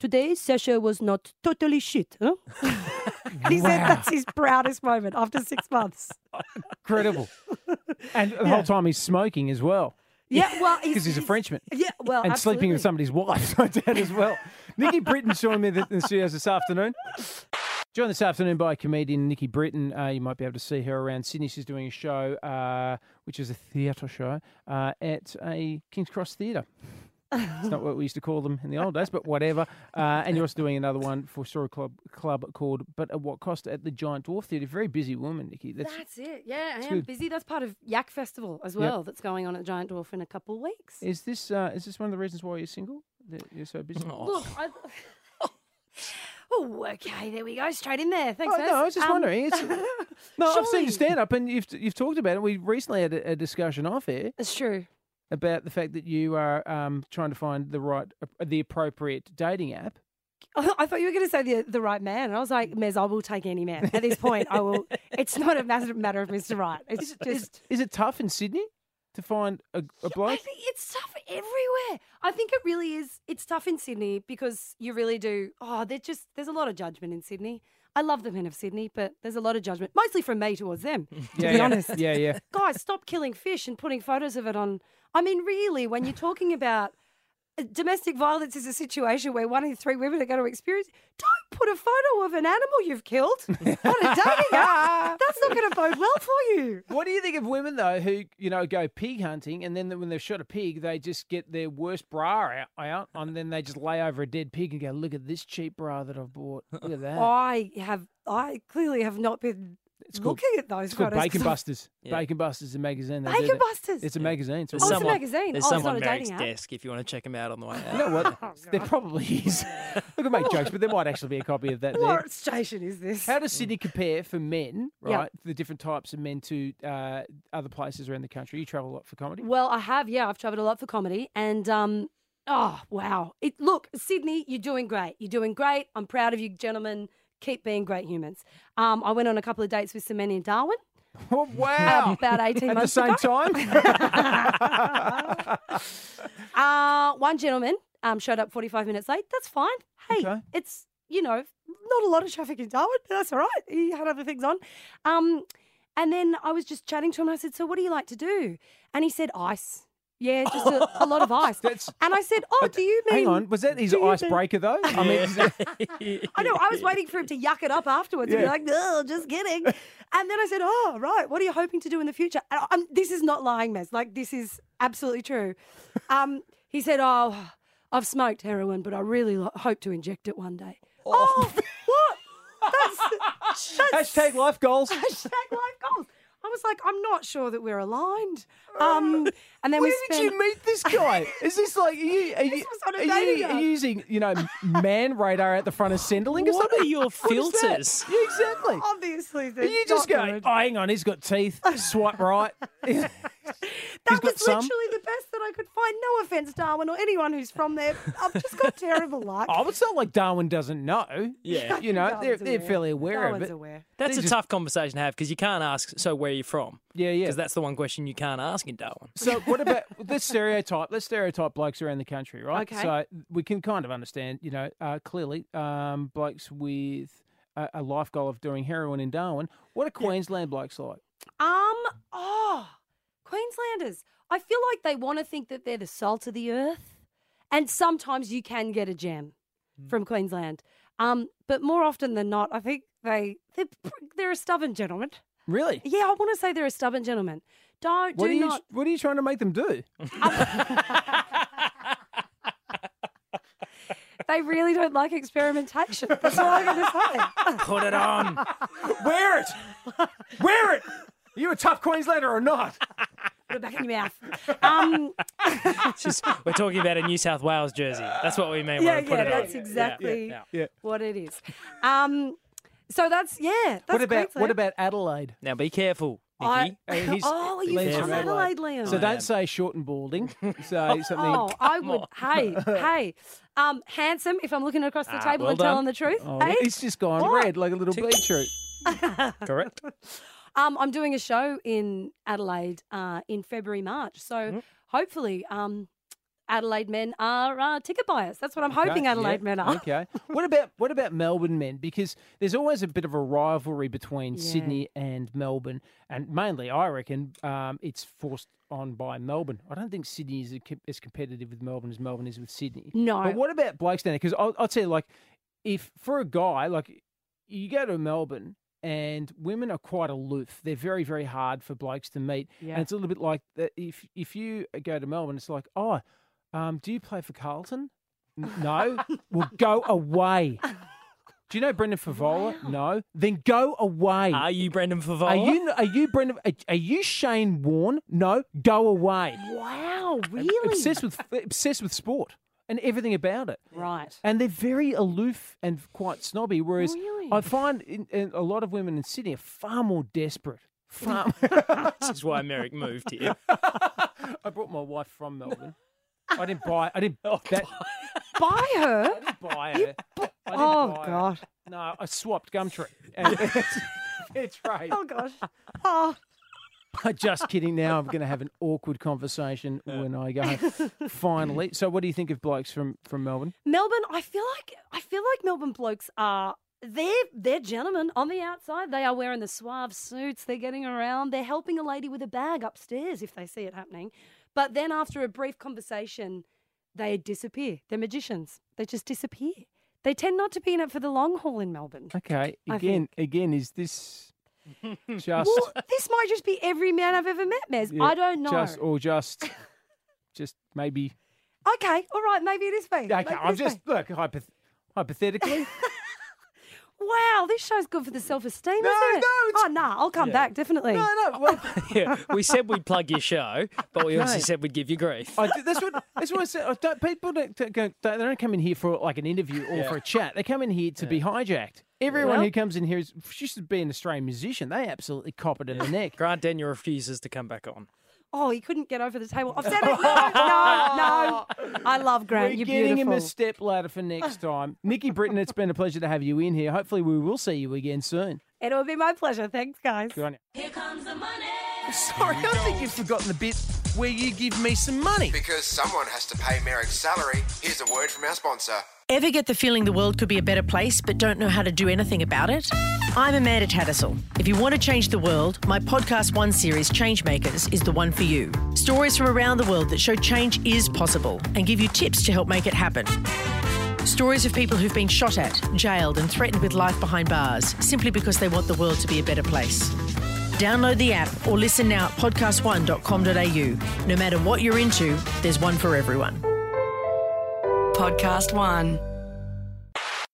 S14: today Sasha was not totally shit. Huh? and he said that's his proudest moment after six months.
S5: Incredible. And the whole time he's smoking as well.
S14: Yeah, well, he's-
S5: because he's, a Frenchman.
S14: Yeah, well,
S5: and sleeping with somebody's wife, I doubt as well. Nikki Britton joined me in the studios this afternoon. Joined this afternoon by comedian Nikki Britton. Uh, you might be able to see her around Sydney. She's doing a show, uh, which is a theatre show, uh, at a King's Cross Theatre. It's not what we used to call them in the old days, but whatever. Uh, and you're also doing another one for Story Club, club called But At What Cost at the Giant Dwarf Theatre. Very busy woman, Nikki. That's,
S14: That's it. Yeah, I
S5: It's
S14: am
S5: good.
S14: busy. That's part of Yak Festival as
S5: Yep.
S14: well. That's going on at Giant Dwarf in a couple of weeks.
S5: Is this uh, is this one of the reasons why you're single? That you're so busy?
S14: Look, I. Oh, okay. There we go. Straight in there. Thanks.
S5: Oh, no, I
S14: Naz.
S5: was just
S14: Um,
S5: wondering. It's, no, I've seen
S14: surely-
S5: you stand up, and you've you've talked about it. We recently had a, a discussion off air.
S14: It's true.
S5: About the fact that you are um, trying to find the right, uh, the appropriate dating app.
S14: I thought you were going to say the, the right man. And I was like, Mez, I will take any man. At this point, I will. It's not a matter matter of Mr. Right. It's just.
S5: Is it tough in Sydney to find a, a
S14: I
S5: bloke?
S14: think it's tough everywhere. I think it really is. It's tough in Sydney because you really do. Oh, they're just there's a lot of judgment in Sydney. I love the men of Sydney, but there's a lot of judgment, mostly from me towards them. To
S5: yeah,
S14: be
S5: yeah.
S14: honest,
S5: yeah, yeah.
S14: guys, stop killing fish and putting photos of it on. I mean, really, when you're talking about uh, domestic violence is a situation where one in three women are going to experience, don't put a photo of an animal you've killed on a dating app. That's not going to bode well for you.
S5: What do you think of women though who you know go pig hunting and then when they've shot a pig they just get their worst bra out, out and then they just lay over a dead pig and go look at this cheap bra that I've bought look at that
S14: I have, I clearly have not been looking at those
S5: It's called
S14: photos.
S5: Bacon
S14: 'cause I-
S5: Busters. Bacon Busters is a magazine. they do
S14: Bacon
S5: that.
S14: Busters?
S5: It's a magazine.
S14: Oh, it's a
S5: real-
S14: magazine.
S6: There's
S14: Oh, it's not
S6: someone
S14: a
S6: at
S14: dating
S6: Merrick's
S14: app.
S6: desk if you want to check him out on the way out.
S5: You know what?
S14: Oh,
S5: There probably is. Look, I make jokes, but there might actually be a copy of that there.
S14: What station is this?
S5: How does Sydney compare for men,
S14: Yeah.
S5: right? The different types of men to uh, other places around the country. You travel a lot for comedy.
S14: Well, I have, yeah. I've traveled a lot for comedy and um oh wow. It look, Sydney, you're doing great. You're doing great. I'm proud of you, gentlemen. Keep being great humans. Um, I went on a couple of dates with some men in Darwin.
S5: Oh, wow.
S14: About 18
S5: At the
S14: months
S5: same
S14: ago.
S5: time?
S14: Uh, one gentleman um, showed up 45 minutes late. That's fine. Hey, it's, you know, not a lot of traffic in Darwin, but that's all right. He had other things on. Um, and then I was just chatting to him and I said, So what do you like to do? And he said, Ice. Yeah, just a, a lot of ice. and I said, Oh, do you mean.
S5: Hang on. Was that his
S14: do you mean-
S5: icebreaker, though? I mean, is that-
S14: I know. I was waiting for him to yuck it up afterwards and
S5: Yeah.
S14: be like, "No, just kidding." And then I said, "Oh, right. What are you hoping to do in the future?" And I- I'm, this is not lying, Mez. Like this is absolutely true. Um, he said, "Oh, I've smoked heroin, but I really lo- hope to inject it one day." Oh, what? That's,
S5: hashtag life goals.
S14: hashtag life goals. I was like, I'm not sure that we're aligned. Um, and then
S5: Uh, Where
S14: we
S5: did
S14: spent-
S5: you meet this guy? Is this like are you? Are you,
S14: This was on a
S5: are you-
S14: dating
S5: are
S14: app.
S5: you using you know man radar out the front of Centrelink or
S6: What
S5: something?
S6: are your
S5: What is that?
S6: filters?
S5: Yeah, exactly.
S14: Obviously,
S5: Are you just
S14: not
S5: go. Oh, hang on, he's got teeth. Swipe right.
S14: That
S5: got
S14: was
S5: some.
S14: literally the best that I could find. No offense, Darwin, or anyone who's from there. I've just got terrible luck.
S5: Oh, it's not like Darwin doesn't know.
S6: Yeah.
S5: you know they're,
S14: Darwin's
S5: they're
S14: aware.
S5: fairly aware
S14: Darwin's
S5: of it.
S14: aware.
S6: That's
S5: They
S6: a
S5: just-
S6: tough conversation to have because you can't ask, so where are you from?
S5: Yeah, yeah.
S6: Because that's the one question you can't ask in Darwin.
S5: So what about let's stereotype? Let's stereotype blokes around the country, right?
S6: Okay.
S5: So we can kind of understand, you know, uh, clearly um, blokes with a, a life goal of doing heroin in Darwin. What are Queensland blokes like?
S14: Um, oh, Queenslanders. I feel like they want to think that they're the salt of the earth, and sometimes you can get a gem
S5: Hmm.
S14: from Queensland. Um, but more often than not, I think they they're, pr- they're a stubborn gentleman.
S5: Really?
S14: Yeah, I want to say they're a stubborn gentleman. Don't
S5: What
S14: do
S5: are you
S14: not.
S5: What are you trying to make them do?
S14: They really don't like experimentation. That's all I'm going to say.
S6: Put it on.
S5: Wear it. Wear it. Are you a tough Queenslander or not?
S14: Put it back in your mouth. Um,
S6: It's just, we're talking about a New South Wales jersey. That's what we mean.
S14: yeah,
S6: when we put
S14: yeah,
S6: it on.
S14: that's exactly
S6: yeah.
S14: what it is. Um, so that's yeah. That's
S5: what about what
S14: Queensland.
S5: about Adelaide?
S6: Now be careful,
S14: I-
S6: Nikki.
S14: Hey, he's- Oh, are you
S5: Liam's
S14: from
S5: from
S14: Adelaide, Liam?
S5: So
S14: I am.
S5: don't say short and balding. Say something.
S14: Oh, I would. Hey, hey, um, handsome. If I'm looking across the
S5: Ah,
S14: table
S5: well
S14: and telling the truth,
S5: Oh,
S14: hey?
S5: It's just gone
S14: What?
S5: red like a little beetroot.
S6: Correct.
S14: Um, I'm doing a show in Adelaide uh, in February, March. So
S5: Mm-hmm.
S14: hopefully, um, Adelaide men are uh, ticket buyers. That's what I'm
S5: Okay,
S14: hoping
S5: yeah,
S14: Adelaide men are.
S5: Okay. What about what about Melbourne men? Because there's always a bit of a rivalry between
S14: Yeah.
S5: Sydney and Melbourne, and mainly, I reckon, um, it's forced on by Melbourne. I don't think Sydney is a com- as competitive with Melbourne as Melbourne is with Sydney.
S14: No.
S5: But what about Blake's down Because I'll, I'll tell you, like, if for a guy, like, you go to Melbourne. And women are quite aloof. They're very, very hard for blokes to meet.
S14: Yeah.
S5: And it's a little bit like that if if you go to Melbourne, it's like, oh, um, do you play for Carlton? N- No. well, go away. Do you know Brendan Favola? No. Then go away.
S6: Are you Brendan Favola?
S5: Are you are you Brendan? Are, are you Shane Warne? No. Go away.
S14: Wow, really?
S5: Obsessed with obsessed with sport and everything about it.
S14: Right.
S5: And they're very aloof and quite snobby. Whereas
S14: Really?
S5: I find in, in a lot of women in Sydney are far more desperate. Far.
S6: This is why Merrick moved here.
S5: I brought my wife from Melbourne. I didn't buy. I didn't.
S14: Oh,
S5: that,
S14: Buy her.
S5: buy it. I didn't
S14: Oh,
S5: buy it.
S14: God.
S5: No, I swapped Gumtree. And it's, it's right.
S14: Oh gosh. Oh.
S5: Just kidding. Now I'm going to have an awkward conversation when I go home. Finally. So, what do you think of blokes from from Melbourne?
S14: Melbourne, I feel like I feel like Melbourne blokes are they're they're gentlemen on the outside. They are wearing the suave suits. They're getting around. They're helping a lady with a bag upstairs if they see it happening. But then after a brief conversation, they disappear. They're magicians. They just disappear. They tend not to be in it for the long haul in Melbourne.
S5: Okay.
S14: I
S5: Again, again, is this just
S14: Well, this might just be every man I've ever met, Mez.
S5: yeah,
S14: I don't know.
S5: Just or just just maybe.
S14: okay, all right, maybe it is me.
S5: Okay,
S14: Maybe it
S5: I'm
S14: is me.
S5: just look hypoth- hypothetically.
S14: Wow, this show's good for the self-esteem,
S5: No,
S14: isn't it?
S5: no, it's-
S14: oh nah, I'll come back definitely.
S5: no, no. Well,
S6: Yeah, we said we'd plug your show, but we also
S5: Okay.
S6: said we'd give you grief.
S5: I, that's what that's what I said. I don't, people don't, don't go- they don't come in here for like an interview or for a chat. They come in here to be hijacked. Everyone
S14: Well-
S5: who comes in here is used to be an Australian musician. They absolutely cop it in the neck.
S6: Grant Denyer refuses to come back on.
S14: Oh, he couldn't get over the table. I've said it. No, no, no. I love Grant.
S5: We're
S14: You're
S5: getting
S14: beautiful.
S5: him a step ladder for next time. Nikki Britton, it's been a pleasure to have you in here. Hopefully, we will see you again soon.
S14: It'll be my pleasure. Thanks, guys.
S5: Good on you.
S13: Here comes the money.
S5: Sorry, I think you've forgotten the bit where you give me some money.
S10: Because someone has to pay Merrick's salary, here's a word from our sponsor.
S15: Ever get the feeling the world could be a better place but don't know how to do anything about it? I'm Amanda Tattersall. If you want to change the world, my podcast one series, Changemakers, is the one for you. Stories from around the world that show change is possible and give you tips to help make it happen. Stories of people who've been shot at, jailed, and threatened with life behind bars simply because they want the world to be a better place. Download the app or listen now at podcastone.com.au. No matter what you're into, there's one for everyone.
S13: Podcast One.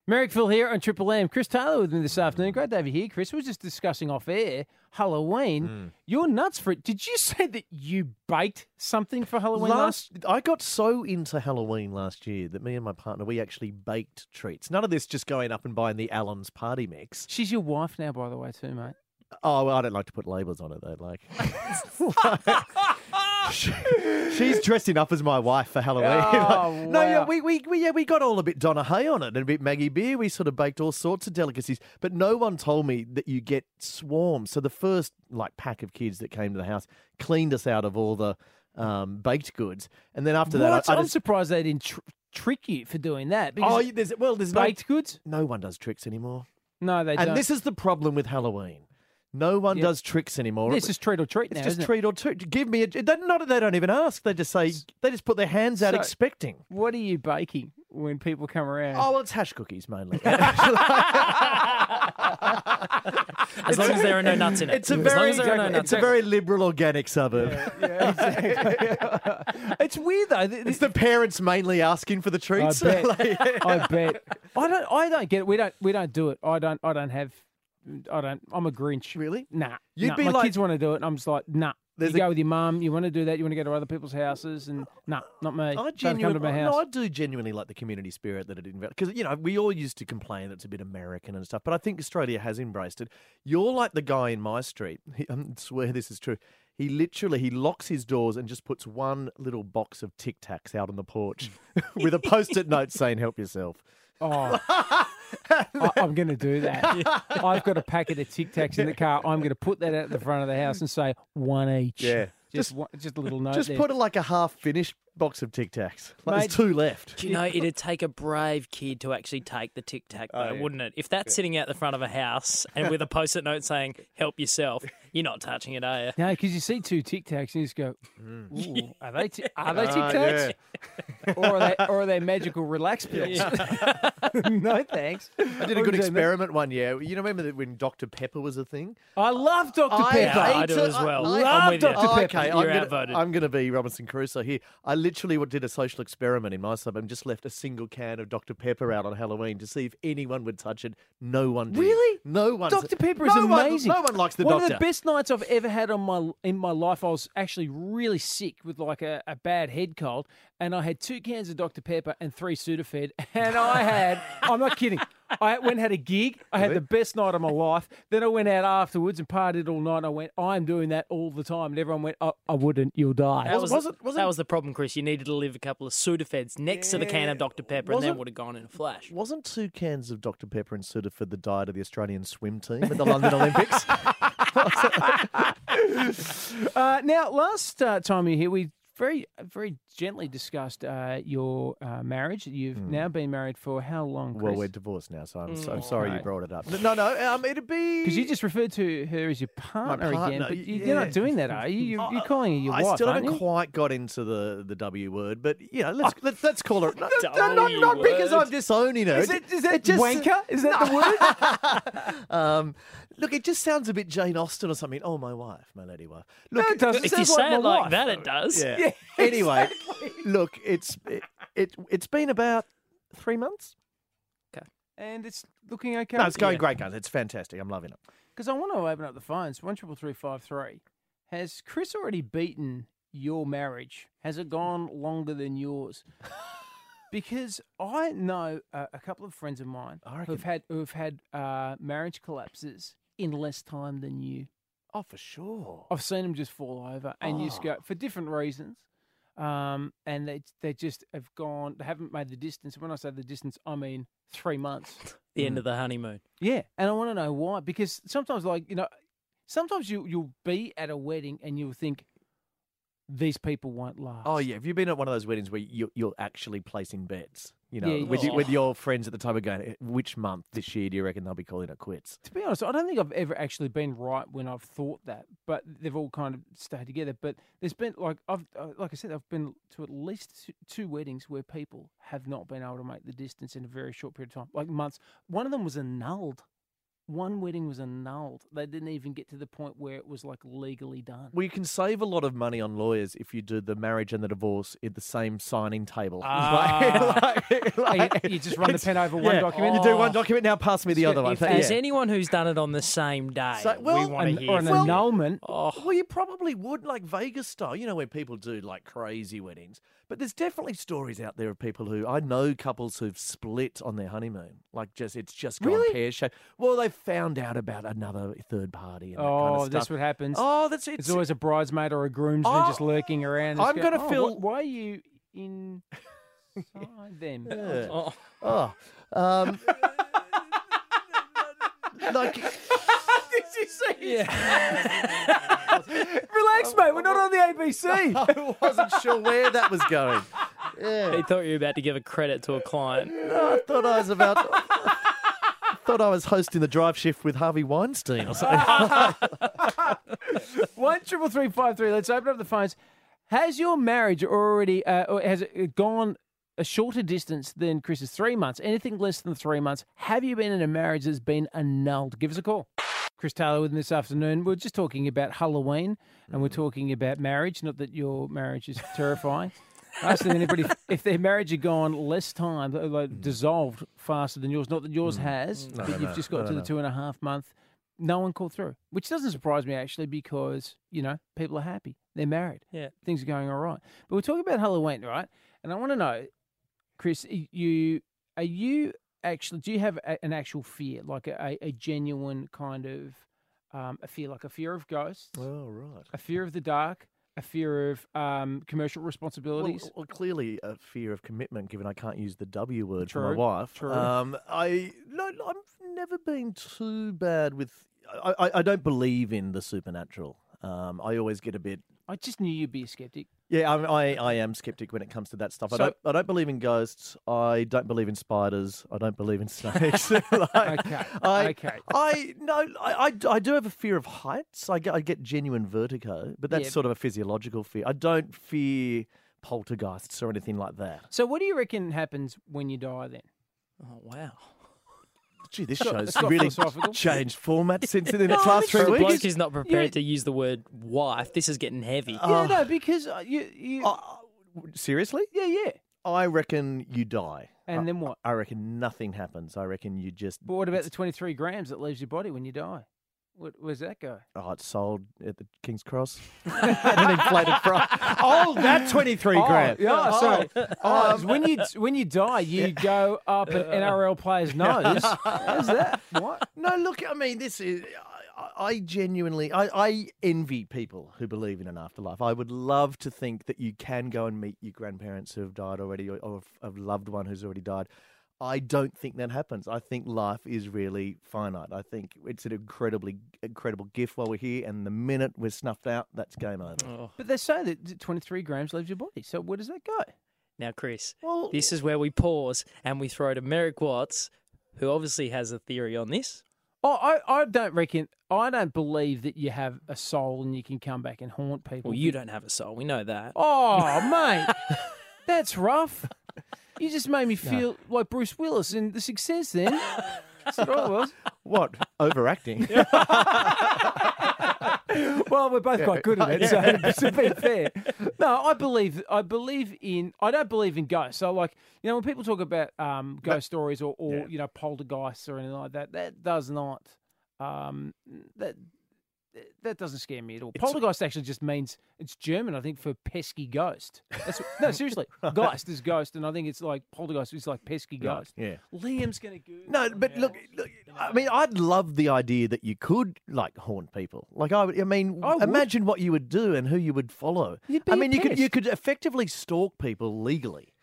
S5: Merrickville here on Triple M. Chris Taylor with me this afternoon. Great to have you here, Chris. We were just discussing off air Halloween. You're nuts for it. Did you say that you baked something for Halloween last?
S16: last, I got so into Halloween last year that me and my partner we actually baked treats. None of this just going up and buying the Allen's party mix.
S5: She's your wife now, by the way, too, mate. Oh, well, I don't like to put labels on it though. Like, She- she's dressing up as my wife for Halloween.
S11: Oh,
S5: Like, No, yeah,
S11: wow.
S5: we, we, we, yeah, we got all a bit Donna Hay on it and a bit Maggie Beer. We sort of baked all sorts of delicacies, but no one told me that you get swarms. So the first like pack of kids that came to the house cleaned us out of all the um, baked goods, and then after that,
S11: What?
S5: I, I
S11: I'm
S5: just,
S11: surprised they didn't tr- trick you for doing that.
S5: oh,
S11: because-
S5: you- there's well, there's
S11: baked
S5: no, goods. No one does tricks anymore.
S11: no, they
S5: and
S11: don't.
S5: this is the problem with Halloween. No one
S11: Yeah.
S5: does tricks anymore.
S11: This is treat or treat
S5: It's
S11: now,
S5: just
S11: isn't it?
S5: treat or treat. Give me a. They, not they don't even ask. They just say they just put their hands out
S11: So-
S5: expecting.
S11: What are you baking when people come around?
S5: Oh well, it's hash cookies mainly.
S6: As long as there are no nuts in it.
S5: It's a
S6: As long
S5: very,
S6: as there are no nuts
S5: it's a
S6: in it.
S5: very liberal organic suburb.
S11: it's weird though. Th-
S5: It's the parents mainly asking for the
S11: I
S5: treats.
S11: bet.
S5: Like-
S11: I bet. I don't. I don't get it. We don't. We don't do it. I don't. I don't have. I don't. I'm a Grinch.
S5: Really?
S11: Nah.
S5: You'd
S11: nah.
S5: be
S11: My
S5: like-
S11: kids want to do it. and I'm just like, nah.
S5: There's
S11: you
S5: a-
S11: go with your mum. You want to do that. You want to go to other people's houses, and nah, not me.
S5: I
S11: don't come to
S5: genuinely,
S11: my
S5: no,
S11: house.
S5: I do genuinely like the community spirit that it invented. Because you know, we all used to complain that it's a bit American and stuff, but I think Australia has embraced it. You're like the guy in my street. He, I swear this is true. He literally he locks his doors and just puts one little box of Tic Tacs out on the porch with a post-it note saying "Help yourself."
S11: Oh. I, I'm going to do that. I've got a packet of Tic Tacs in the car. I'm going to put that out the front of the house and say one each.
S5: Yeah.
S11: Just one, just a little note.
S5: just
S11: there.
S5: put a, like a half-finished box of Tic Tacs. Like,
S6: Mate,
S5: there's two left.
S6: Do you know it'd take a brave kid to actually take the tic tac though,
S5: Oh, yeah.
S6: wouldn't it? If that's sitting out the front of a house and with a post-it note saying "Help yourself," you're not touching it, are you?
S11: No, because you see two Tic Tacs and you just go,
S5: Mm.
S11: Ooh, are they ti- are they Tic
S6: Ah,
S11: Tacs? or, are they, or are they magical relax pills? no thanks.
S5: I did a good experiment one year. You know, remember that when Dr Pepper was a thing?
S11: I love Dr
S5: I
S11: Pepper.
S5: hate it. I- I-
S11: Love Dr
S5: Oh,
S11: Pepper.
S5: Okay, I'm gonna, I'm gonna be Robinson Crusoe here. I literally what- did a social experiment in my suburb and just left a single can of Dr Pepper out on Halloween to see if anyone would touch it. No one did.
S11: Really?
S5: No one.
S11: Dr Pepper is
S5: no one-
S11: amazing.
S5: no one likes the
S11: one
S5: doctor.
S11: of the best nights I've ever had on my in my life. I was actually really sick with like a, a bad head cold, and I had two cans of Dr Pepper and three Sudafed, and I had I'm not kidding. I went and had a gig. I had the best night of my life. Then I went out afterwards and partied all night. I went, I'm doing that all the time, and everyone went, oh, I wouldn't. You'll die.
S6: That was, the- that was the problem, Chris. You needed to leave a couple of Sudafeds next to the can of Dr Pepper, and
S5: Wasn't-
S6: that would have gone in a flash.
S5: Wasn't two cans of Dr Pepper and soda for the diet of the Australian swim team at the London Olympics?
S11: Uh, now, last uh, time you were here, we very, very gently discussed uh, your uh, marriage. You've now been married for how long?
S5: Hmm. Well,
S11: Chris?
S5: we're divorced now, so I'm, so, I'm
S11: Mm.
S5: sorry you
S11: Right.
S5: brought it up. No, no, um, it'd be
S11: Because you just referred to her as your partner, again,
S5: partner,
S11: but you,
S5: y-
S11: you're
S5: yeah.
S11: not doing that, are you? You're, you're calling her your
S5: I
S11: wife,
S5: still
S11: aren't
S5: haven't
S11: you? Ah.
S5: quite got into the, the W word, but you know, let's let's, let's call it. No, no, not,
S11: W
S5: not because
S11: word.
S5: I'm disowning her.
S11: Is it- is that wanker? Is that
S5: the word? um, look, it just sounds a bit Jane Austen or something. Oh, my wife, my lady wife. Look,
S11: No, it doesn't.
S6: If you
S11: sounds like
S6: say it
S11: my
S6: like
S11: wife.
S6: that, it does.
S5: Yeah. Anyway, look, it's it, it it's been about three months.
S11: And it's looking okay.
S5: No, it's going great, guys. It's fantastic. I'm loving it.
S11: Because I want to open up the phones. One triple three five three. Has Chris already beaten your marriage? Has it gone longer than yours? Because I know a, a couple of friends of mine who've had who've had uh, marriage collapses in less time than you.
S5: Oh, for sure.
S11: I've seen them just fall over, and you just go for different reasons, um, and they they just have gone. They haven't made the distance. When I say the distance, I mean three months.
S6: The end of the honeymoon.
S11: Yeah, and I want to know why because sometimes, like you know, sometimes you you'll be at a wedding and you'll think these people won't last.
S5: Oh yeah, have you been at one of those weddings where you, you're actually placing bets? You know,
S11: Yeah,
S5: with,
S11: yeah.
S5: your- with your friends at the time of going, "Eh, which month this year do you reckon they'll be calling it quits?
S11: To be honest, I don't think I've ever actually been right when I've thought that, but they've all kind of stayed together. But there's been like I've uh, like I said, I've been to at least two- two weddings where people have not been able to make the distance in a very short period of time, like months. One of them was annulled. One wedding was annulled. They didn't even get to the point where it was like legally done.
S5: Well, you can save a lot of money on lawyers if you do the marriage and the divorce at the same signing table.
S11: Ah. you, you just run the
S5: it's-
S11: pen over one
S5: yeah,
S11: document. Oh.
S5: You do one document, now pass me the other one.
S6: If
S5: Thank-
S6: there's
S5: yeah.
S6: anyone who's done it on the same day,
S5: So- well,
S6: we want
S11: An-
S6: to hear.
S11: or an
S6: from you.
S11: annulment.
S5: Oh. Well, you probably would, like Vegas style. You know, where people do like crazy weddings.
S16: But there's definitely stories out there of people who I know couples who've split on their honeymoon. Like just it's just gone
S5: Really?
S16: pear shaped. Well, they found out about another third party and that kind
S5: Oh,
S16: of
S5: that's
S16: stuff.
S5: what happens.
S16: Oh, that's it's,
S5: There's always a bridesmaid or a groomsman
S16: Oh,
S5: just lurking around. It's
S16: I'm
S5: going,
S16: gonna
S5: "Oh,
S16: feel-
S5: wh- Why are you in? Inside them.
S16: Yeah.
S5: Oh.
S16: Oh, um, like
S5: this is Relax, mate. We're not on the ABC.
S16: I wasn't sure where that was going. Yeah.
S6: He thought you were about to give a credit to a client.
S16: No, I thought I was about. thought I was hosting the drive shift with Harvey Weinstein or something.
S5: One triple three five three. Let's open up the phones. Has your marriage already uh, or has it gone a shorter distance than Chris's three months? Anything less than three months? Have you been in a marriage that's been annulled? Give us a call. Chris Taylor with me this afternoon. We're just talking about Halloween and we're
S16: Mm.
S5: talking about marriage. Not that your marriage is terrifying. Asking anybody if- if their marriage had gone less time, uh, like dissolved faster than yours. Not that yours has,
S16: No,
S5: but
S16: Mm. no,
S5: you've
S16: no.
S5: just got
S16: No,
S5: to
S16: no,
S5: the
S16: no.
S5: two and a half month no one called through, which doesn't surprise me actually because, you know, people are happy. They're married.
S6: Yeah.
S5: Things are going all right. But we're talking about Halloween, right? And I want to know, Chris, y- you are you actually, do you have a, an actual fear, like a, a genuine kind of um, a fear, like a fear of ghosts,
S16: oh right.
S5: a fear of the dark, a fear of um, commercial responsibilities?
S16: Well, well, clearly a fear of commitment, given I can't use the W word for my
S5: True,
S16: wife.
S5: true.
S16: Um, I no, I've never been too bad with. I, I, I don't believe in the supernatural. Um, I always get a bit.
S5: I just knew you'd be a skeptic.
S16: Yeah, I, I, I am skeptic when it comes to that stuff. I
S5: So-
S16: don't I don't believe in ghosts. I don't believe in spiders. I don't believe in snakes. Like,
S5: Okay,
S16: I,
S5: okay.
S16: I no. I, I d- I do have a fear of heights. I get, I get genuine vertigo, but that's
S5: Yeah.
S16: sort of a physiological fear. I don't fear poltergeists or anything like that.
S5: So, what do you reckon happens when you die then?
S6: Oh, wow.
S16: Gee, this
S5: It's not-
S16: show's
S5: it's not
S16: really
S5: philosophical.
S16: changed format since in the
S5: No,
S16: last
S5: it's-
S16: three
S6: For a bloke
S16: weeks.
S6: who's not
S5: Yeah.
S6: prepared to use the word wife, this is getting heavy.
S5: yeah, no, because uh, you, you
S16: Seriously?
S5: yeah, yeah.
S16: I reckon you die.
S5: And
S16: I-
S5: then what?
S16: I reckon nothing happens. I reckon you just
S5: But what about the 23 grams that leaves your body when you die? What, where's that go?
S16: Oh, it's sold at the King's Cross. An inflated price. Oh, that 23
S5: Oh,
S16: grand.
S5: yeah, sorry.
S16: Um,
S5: Oh, it's when you when you die, you go up an NRL player's nose. How's that? What?
S16: No, look, I mean, this is. I, I genuinely. I, I envy people who believe in an afterlife. I would love to think that you can go and meet your grandparents who have died already or, or a loved one who's already died. I don't think that happens. I think life is really finite. I think it's an incredibly incredible gift while we're here, and the minute we're snuffed out, that's game over.
S5: But they say that th- 23 grams leaves your body. So where does that go?
S6: Now, Chris,
S16: Well-
S6: this is where we pause and we throw to Merrick Watts, who obviously has a theory on this.
S5: Oh, I, I don't reckon. I don't believe that you have a soul and you can come back and haunt people.
S6: Well, you don't have a soul. We know that.
S5: Oh, mate, that's rough. You just made me feel like Bruce Willis in The Sixth Sense. Then that's what I was.
S16: What? Overacting?
S5: Well, we're both quite good at it.
S16: Yeah.
S5: So to be fair, no, I believe I believe in I don't believe in ghosts. So like you know when people talk about um, ghost stories or, or
S16: Yeah.
S5: you know poltergeists or anything like that, that does not um, that that doesn't scare me at all. Poltergeist actually just means it's German, I think, for pesky ghost. That's, no, seriously, geist is ghost, and I think it's like poltergeist is like pesky ghost.
S16: yeah.
S5: Liam's gonna go.
S16: No, but look, look, I mean, I'd love the idea that you could like horn people. Like I, would, I mean,
S5: I would.
S16: imagine what you would do and who you would follow.
S5: You'd be
S16: I
S5: a
S16: mean, you could you
S5: pest.
S16: could effectively stalk people legally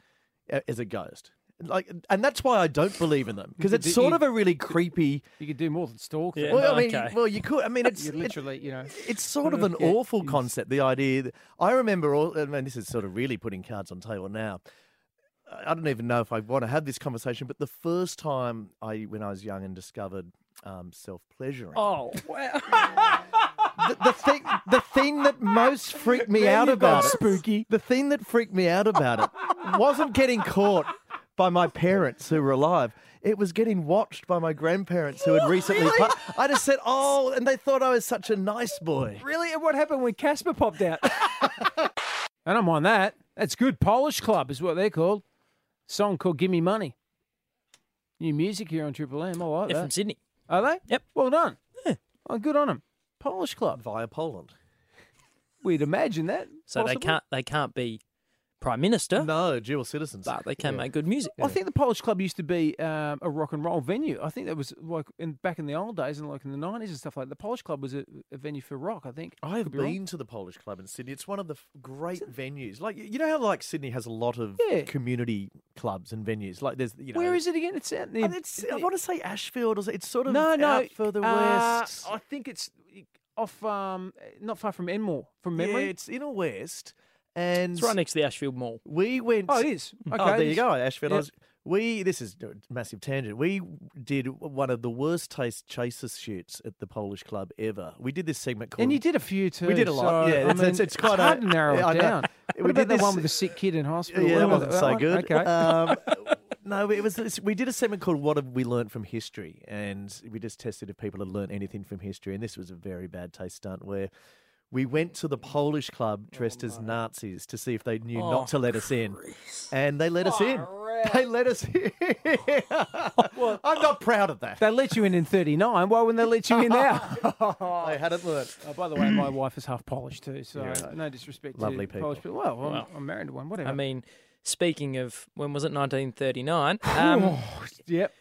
S16: a- as a ghost. Like, and that's why I don't believe in them because
S5: could
S16: it's
S5: do-
S16: sort
S5: you-
S16: of a really creepy.
S5: You could do more than stalk.
S6: Yeah.
S5: them.
S16: Well, I mean,
S6: okay.
S16: well, you could. I mean, it's
S5: You
S16: it-
S5: literally, you know.
S16: it's sort of an
S5: Yeah.
S16: awful concept. The idea that I remember all, I mean, this is sort of really putting cards on table now. I I don't even know if I want to have this conversation, but the first time I, when I was young and discovered um, self pleasuring,
S6: Oh, wow.
S16: the, the thing, the thing that most freaked me out about it, spooky. The thing that freaked me out about it wasn't getting caught by my parents who were alive. It was getting watched by my grandparents who had recently. pa- I just said, "Oh," and they thought I was such a nice boy.
S5: Really? And what happened when Casper popped out? I don't mind that. That's good. Polish Club is what they're called. Song called Gimme Money. New music here on Triple M. I like
S6: They're from
S5: that.
S6: Sydney.
S5: Are they?
S6: Yep.
S5: Well done. Oh, good on them. Polish Club.
S16: via Poland.
S5: We'd imagine that.
S6: So they
S5: possibly.
S6: can't they can't be prime minister.
S16: No, dual citizens.
S6: But they can make good music.
S5: I think the Polish club used to be um, a rock and roll venue. I think that was like in, back in the old days and like in the nineties and stuff like. That. The Polish club was a, a venue for rock. I think.
S16: I have
S5: Could be wrong.
S16: been to the Polish Club in Sydney. It's one of the f- great venues. Like you know how like Sydney has a lot of
S5: Yeah.
S16: community clubs and venues. Like there's you know
S5: Where is it again? It's out there.
S6: Oh,
S16: And it's- I wanna say Ashfield. Or so- it's sort of
S5: no, no,
S16: out further
S5: uh,
S16: west.
S5: I think it's eh, off, um, not far from Enmore. From memory,
S16: Yeah, it's inner west, and
S6: It's right next to the Ashfield Mall.
S16: We went.
S5: Oh, it is. Okay,
S16: oh, there you
S5: this-
S16: go, Ashford. I
S5: yeah.
S16: was- we this is a massive tangent. We did one of the worst taste chaser shoots at the Polish club ever. We did this segment called.
S5: and you did a few too.
S16: We did a lot.
S5: so,
S16: yeah,
S5: I
S16: it's,
S5: mean,
S16: it's, it's quite a-
S5: hard to narrow
S16: yeah, I
S5: it
S16: know.
S5: down.
S16: We
S5: What
S16: did
S5: about that
S16: this-
S5: one with the sick kid in hospital?
S16: Yeah, that
S5: What
S16: wasn't
S5: about
S16: so
S5: one?
S16: good.
S5: Okay.
S16: Um, no, it was. This, we did a segment called "What Have We Learned from History," and we just tested if people had learned anything from history. And this was a very bad taste stunt where we went to the Polish club dressed as Nazis to see if they knew
S5: Oh,
S16: not to let us in, and they let us in. They let us in. I'm not proud of that.
S5: They let you in in 39. Why wouldn't they let you in now?
S16: they hadn't learned.
S5: Oh, by the way, my wife is half Polish too, so
S6: Yeah.
S5: no disrespect
S6: Lovely
S5: to Polish people. Well, I'm,
S6: Wow.
S5: I'm married to one, whatever.
S6: I mean, speaking of when was it 1939?
S5: yep.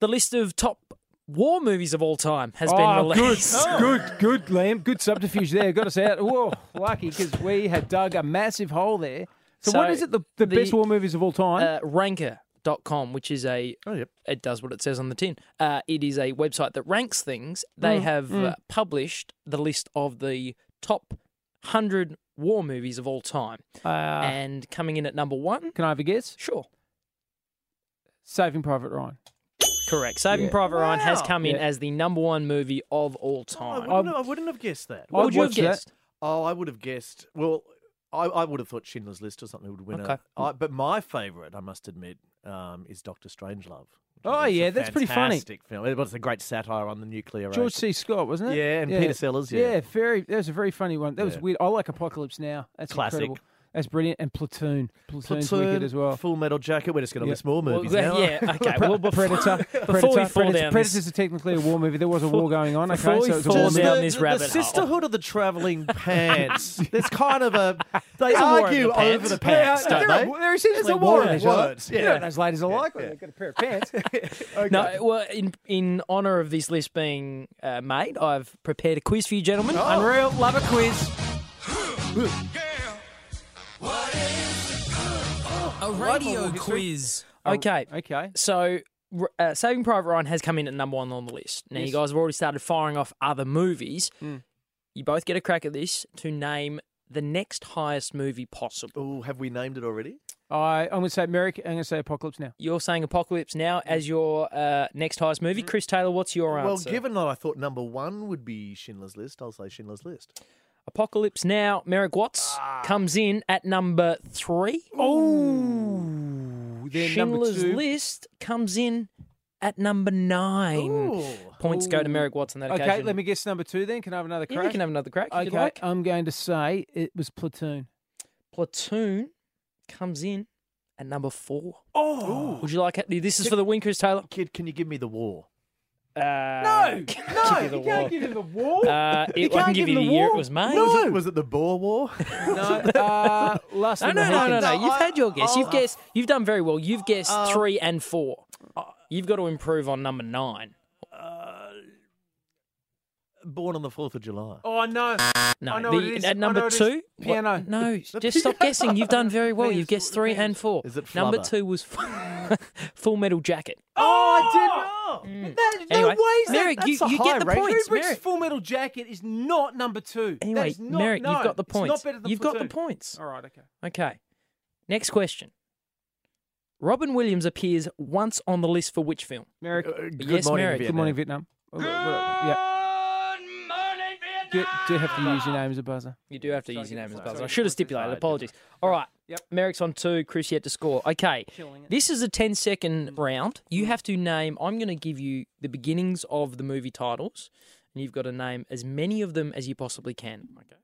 S6: The list of top war movies of all time has
S5: Oh,
S6: been released.
S5: Good, good, good, Liam. Good subterfuge there. Got us out. Whoa, lucky because we had dug a massive hole there. So, what is it? The, the, best war movies of all time?
S6: Uh, ranker.com, which is a.
S16: Oh, yep.
S6: It does what it says on the tin. Uh, it is a website that ranks things. They
S5: Mm,
S6: have
S5: mm.
S6: Uh, published the list of the top 100 war movies of all time.
S5: Ah.
S6: and coming in at number one.
S5: Can I have a guess?
S6: Sure.
S5: Saving Private Ryan.
S6: Correct. Saving
S5: Yeah.
S6: Private Ryan has
S5: Wow.
S6: come in
S5: Yeah.
S6: as the number one movie of all
S16: I
S6: time.
S16: wouldn't, have, I wouldn't have guessed that.
S6: What I'd would you have watch that. guessed?
S16: Oh, I would have guessed. Well, I, I would have thought Schindler's List or something would win.
S6: Okay.
S16: A, I, but my favourite, I must admit, um, is Doctor Strangelove. which I
S5: Oh,
S16: think's a
S5: yeah, that's pretty funny.
S16: fantastic Film. It was a great satire on the nuclear.
S5: George
S16: age.
S5: C. Scott, wasn't it?
S16: Yeah, and Peter Sellers, yeah.
S5: very. That was a very funny one. That was
S16: Yeah.
S5: weird. I like Apocalypse Now. That's
S16: Classic.
S5: incredible. That's brilliant. And Platoon. Platoon's
S16: Platoon,
S5: wicked as well.
S16: Full Metal Jacket. We're just going to
S5: Yeah.
S16: list more movies
S6: well,
S16: now.
S6: yeah, okay. Well, before,
S5: Predator.
S6: before
S5: Predator.
S6: we fall
S5: Predator.
S6: down
S5: Predators
S6: this,
S5: are technically a war movie. There was a war going on. Okay,
S6: before we
S5: so it's a
S6: fall
S5: war
S6: down
S5: movie.
S6: this
S16: the
S6: rabbit hole.
S16: Sisterhood of the Traveling Pants. There's kind of a they
S5: It's a war in
S16: argue
S5: the pants.
S16: over the
S5: They are-
S16: pants, don't
S5: they're-
S16: they?
S5: they're essentially
S16: It's a
S5: war
S16: war
S5: in
S16: in
S5: each other.
S16: words.
S5: You know
S16: Yeah,
S5: what those ladies are like when they've got a pair of pants.
S6: No, well, in in honor of this list being uh, made, I've prepared a quiz for you, gentlemen.
S5: Oh.
S6: Unreal, love a quiz. A radio quiz. Oh, Okay.
S5: Okay.
S6: So, r- uh, Saving Private Ryan has come in at number one on the list. Now,
S5: Yes.
S6: you guys have already started firing off other movies.
S5: Mm.
S6: You both get a crack at this to name the next highest movie possible.
S16: Oh, have we named it already?
S5: I, I'm going to say Merrick. I'm going to say Apocalypse Now.
S6: You're saying Apocalypse Now as your uh, next highest movie. Chris Taylor, what's your answer?
S16: Well, given that I thought number one would be Schindler's List, I'll say Schindler's List.
S6: Apocalypse Now, Merrick Watts
S5: Ah.
S6: comes in at number three.
S5: Oh,
S6: Schindler's List comes in at number nine. Points go to Merrick Watts on that
S5: Okay,
S6: occasion.
S5: let me guess number two then. Can I have another
S6: Yeah,
S5: crack?
S6: you can have another crack if
S5: Okay,
S6: you'd like.
S5: I'm going to say it was Platoon.
S6: Platoon comes in at number four.
S5: Oh,
S6: Would you like it? This is for the win, Chris Taylor.
S16: Kid, can you give me the war?
S6: Uh,
S5: no, no,
S6: give the
S5: you can't
S6: war.
S5: give him the wall.
S6: Uh,
S5: You
S6: it, I can
S5: can't
S6: give you
S5: him
S6: the,
S5: the
S6: year it
S5: war.
S6: was made.
S16: Was, it, was it the Boer War?
S5: no, uh, last
S6: No,
S5: name
S6: no, no, no,
S5: Higgins.
S6: no. You've had your guess. You've guessed. You've done very well. You've guessed three and four. You've got to improve on number nine.
S16: Born on the 4th of July.
S5: Oh no,
S6: No,
S5: I know
S6: the-
S5: what it is.
S6: at
S5: I know
S6: number
S5: what it is.
S6: two, what-
S5: piano.
S6: no, just stop guessing. You've done very well. You've guessed three and four.
S16: Is it
S6: number
S16: flubber?
S6: two was Full Metal Jacket.
S5: Oh, I did not. That, no
S6: Anyway,
S5: way is that.
S6: Merrick,
S5: that's
S6: you-
S5: a
S6: you
S5: high
S6: get the
S5: rank.
S6: points,
S5: Kubrick's
S6: Merrick.
S5: Full Metal Jacket is not number two. That
S6: Anyway,
S5: is not,
S6: Merrick,
S5: no,
S6: you've got the
S5: it's not
S6: points.
S5: better than
S6: you've got the
S5: Platoon.
S6: points.
S5: All right, okay.
S6: Okay. Next question. Robin Williams appears once on the list for which film?
S5: Merrick,
S16: Uh, Good
S6: yes,
S16: morning,
S6: Uh, Merrick.
S5: Good morning, Vietnam. Good morning, Vietnam. Do, do have to use your name as a buzzer.
S6: You do have to use your name as
S5: sorry,
S6: buzzer. I
S5: get
S6: should have stipulated. Apologies. All right.
S5: Yep.
S6: Merrick's on two. Chris yet to score. Okay. This is a 10
S5: Mm.
S6: second round. You have to name, I'm going to give you the beginnings of the movie titles, and you've got to name as many of them as you possibly can. Okay.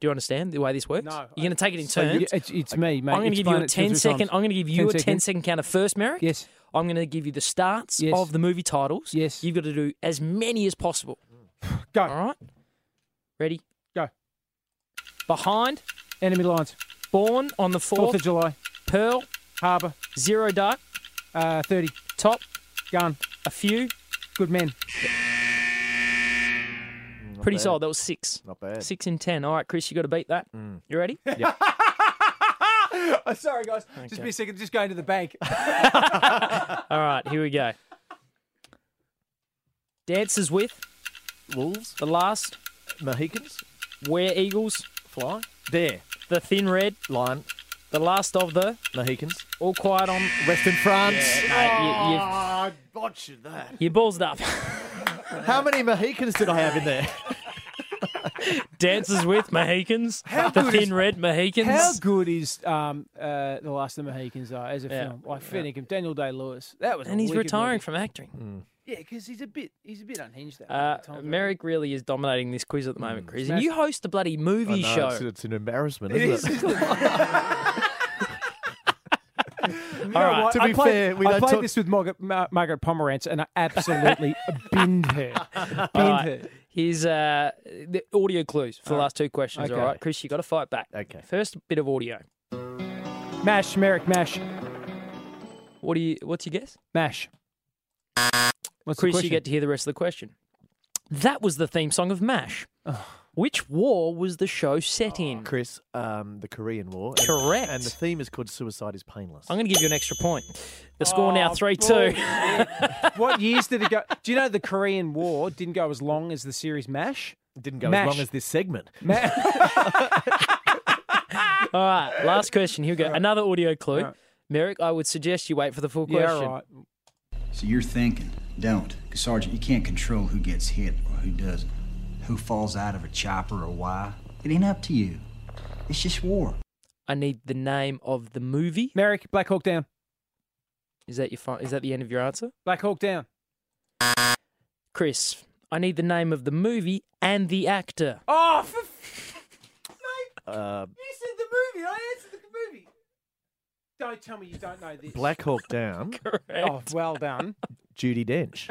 S6: Do you understand the way this works?
S5: No, I-
S6: You're going to take it in
S5: So Oh, you-
S6: turns.
S5: it's, it's me, mate.
S6: I'm going to give you
S5: Explain
S6: a
S5: it two or
S6: 10
S5: three
S6: second.
S5: times.
S6: I'm going to give you
S5: 10
S6: a 10
S5: seconds.
S6: second counter first, Merrick.
S5: Yes.
S6: I'm going to give you the starts
S5: Yes.
S6: of the movie titles.
S5: Yes.
S6: You've got to do as many as possible.
S5: Go.
S6: All right. Ready?
S5: Go.
S6: Behind.
S5: Enemy lines.
S6: Born on the 4th.
S5: 4th of July.
S6: Pearl.
S5: Harbour.
S6: Zero Dark.
S5: Uh, 30.
S6: Top.
S5: Gun.
S6: A few.
S5: Good men.
S6: Pretty
S16: bad.
S6: solid. That was six.
S16: Not bad. Mm.
S6: Six in ten. All right, Chris, you got to beat that. You ready?
S16: Yep.
S5: Oh, sorry, guys. Just
S6: Okay.
S5: be a second. Just going to the bank.
S6: All right, here we go. Dances with
S16: wolves.
S6: The last
S16: Mohicans.
S6: Where eagles
S16: fly. There.
S6: The thin red
S16: lion.
S6: The last of the
S16: Mohicans.
S6: All quiet on
S16: Western France.
S5: Ah,
S6: Yeah, mate, you,
S16: I
S6: have
S16: botched that.
S6: you ballsed up.
S16: How many Mohicans did I have in there?
S6: Dances with Mohicans. the
S5: good
S6: thin
S5: is-
S6: red Mohicans.
S5: How good is um, uh, The Last of the Mohicans though, as a
S6: Yeah.
S5: film? Like Finnegan, Daniel Day Lewis. That was a
S6: and he's
S5: wicked
S6: retiring
S5: movie.
S6: from acting.
S16: Hmm.
S5: Yeah, because he's a bit he's a bit unhinged. That
S6: Uh,
S5: time.
S6: Merrick really is dominating this quiz at the moment, Chris. And
S5: Smash-
S6: you host a bloody movie
S16: Hmm. I know,
S6: show.
S16: It's, it's an embarrassment,
S6: It
S16: isn't it?
S6: is,
S5: You know
S6: All right.
S5: what?
S16: To
S5: I
S16: be
S5: played,
S16: fair, we
S5: I
S16: don't
S5: played
S16: talk-
S5: this with Margaret, Mar- Margaret Pomerantz, and I absolutely binned her. Binned
S6: All right.
S5: her.
S6: Here's uh, the audio clues for the
S5: All right.
S6: last two questions.
S5: Okay.
S6: All right, Chris, you got to fight back.
S16: Okay.
S6: First bit of audio.
S5: Mash, Merrick, mash,
S6: What do you? What's your guess?
S5: mash. What's the
S6: Chris, you
S5: question?
S6: get to hear the rest of the question. That was the theme song of MASH. Which war was the show set in?
S16: Chris, um, the Korean War. and-
S6: Correct.
S16: And the theme is called Suicide is Painless.
S6: I'm going to give you an extra point. The score now
S5: Oh,
S6: 3 2.
S5: bullshit. Oh, what years did it go? Do you know the Korean War didn't go as long as the series Mash?
S16: Didn't go
S5: Mash.
S16: as long as this segment.
S6: All right, last question. Here we go. Another audio clue. Merrick, I would suggest you wait for the full
S5: Yeah,
S6: question.
S5: right.
S17: So you're thinking, don't. 'Cause Sergeant, you can't control who gets hit or who doesn't, who falls out of a chopper or why. It ain't up to you. It's just war.
S6: I need the name of the movie.
S5: Merrick, Black Hawk Down.
S6: Is that your fi- is that the end of your answer?
S5: Black Hawk Down.
S6: Chris, I need the name of the movie and the actor.
S5: Oh, for
S16: Uh,
S5: You said the movie. I answered the movie. Don't tell me you don't know this.
S16: Black Hawk Down,
S5: Oh, well done.
S16: Judy Dench.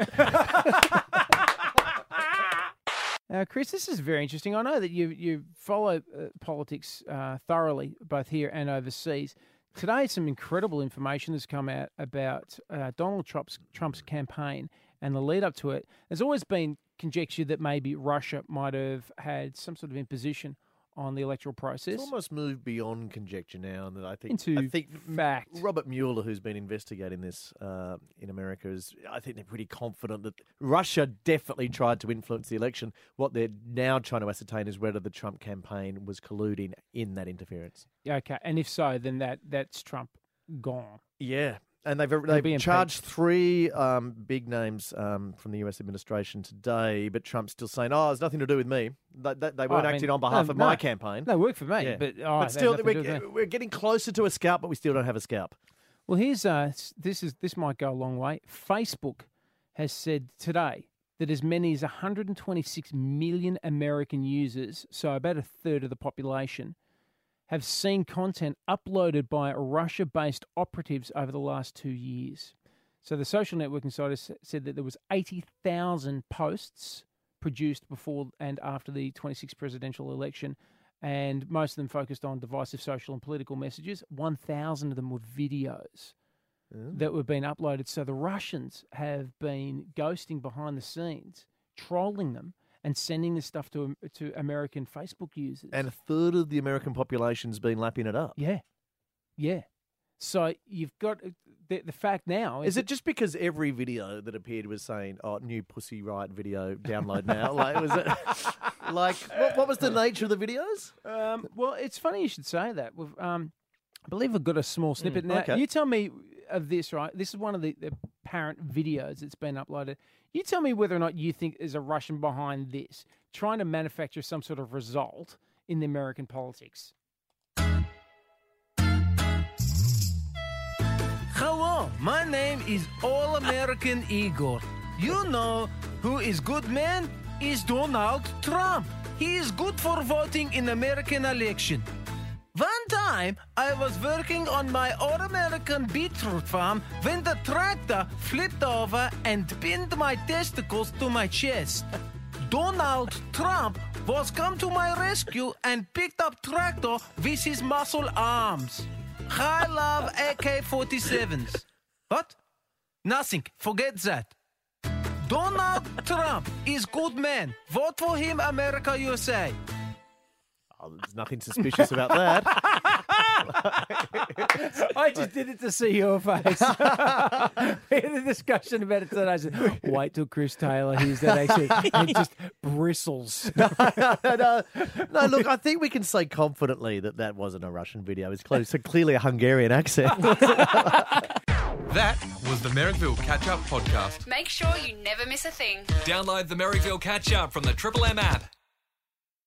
S5: Now, Chris, this is very interesting. I know that you you follow uh, politics uh, thoroughly, both here and overseas. Today, some incredible information has come out about uh, Donald Trump's Trump's campaign and the lead up to it. There's always been conjecture that maybe Russia might have had some sort of imposition on the electoral process.
S16: It's almost moved beyond conjecture now, and that I think I
S5: Into
S16: think
S5: fact.
S16: Robert Mueller, who's been investigating this uh, in America, is I think they're pretty confident that Russia definitely tried to influence the election. What they're now trying to ascertain is whether the Trump campaign was colluding in that interference.
S5: Okay, and if so, then that that's Trump gone.
S16: Yeah. And they've
S5: be
S16: they've
S5: impeached.
S16: charged three um, big names um, from the U.S. administration today, but Trump's still saying, "Oh, it's nothing to do with me. That, that, they weren't
S5: Oh, I mean,
S16: acting on behalf
S5: no,
S16: of my
S5: no.
S16: campaign."
S5: They work for me,
S16: Yeah.
S5: but, oh, it had
S16: still,
S5: nothing to do with me.
S16: we're, we're getting closer to a scalp, but we still don't have a scalp.
S5: Well, here's uh, s- this is this might go a long way. Facebook has said today that as many as 126 million American users, so about a third of the population, have seen content uploaded by Russia-based operatives over the last two years. So the social networking site has s- said that there was 80,000 posts produced before and after the 26th presidential election, and most of them focused on divisive social and political messages. 1,000 of them were videos that were being uploaded. So the Russians have been ghosting behind the scenes, trolling them, and sending this stuff to um, to American Facebook users.
S16: And a third of the American population's been lapping it up.
S5: yeah, yeah. So you've got uh, the, the fact now
S16: Is
S5: that-
S16: it just because every video that appeared was saying, "Oh, new Pussy Riot video, download now"? like, was it like what, what was the nature of the videos?
S5: Um, well, it's funny you should say that. We've, um, I believe we've got a small snippet now.
S16: Hmm, okay.
S5: You tell me of this, right? This is one of the, the parent videos that's been uploaded. You tell me whether or not you think there's a Russian behind this, trying to manufacture some sort of result in the American politics.
S18: Hello, my name is All American Igor. You know who is good man? Is Donald Trump. He is good for voting in American election. One time, I was working on my All American beetroot farm when the tractor flipped over and pinned my testicles to my chest. Donald Trump
S5: was come to my rescue and picked up Tractor with his muscle arms. I love AK-47s. What? Nothing. Forget that. Donald Trump is good man. Vote for him, America USA.
S16: Oh, there's nothing suspicious about that.
S6: I just did it to see your face. we had a discussion about it today. I said, wait till Chris Taylor hears that accent. It just bristles.
S16: no, no, look, I think we can say confidently that that wasn't a Russian video. It's close, so clearly a Hungarian accent.
S19: That was the Merrickville Catch Up Podcast.
S13: Make sure you never miss a thing.
S11: Download the Merrickville Catch Up from the Triple M app.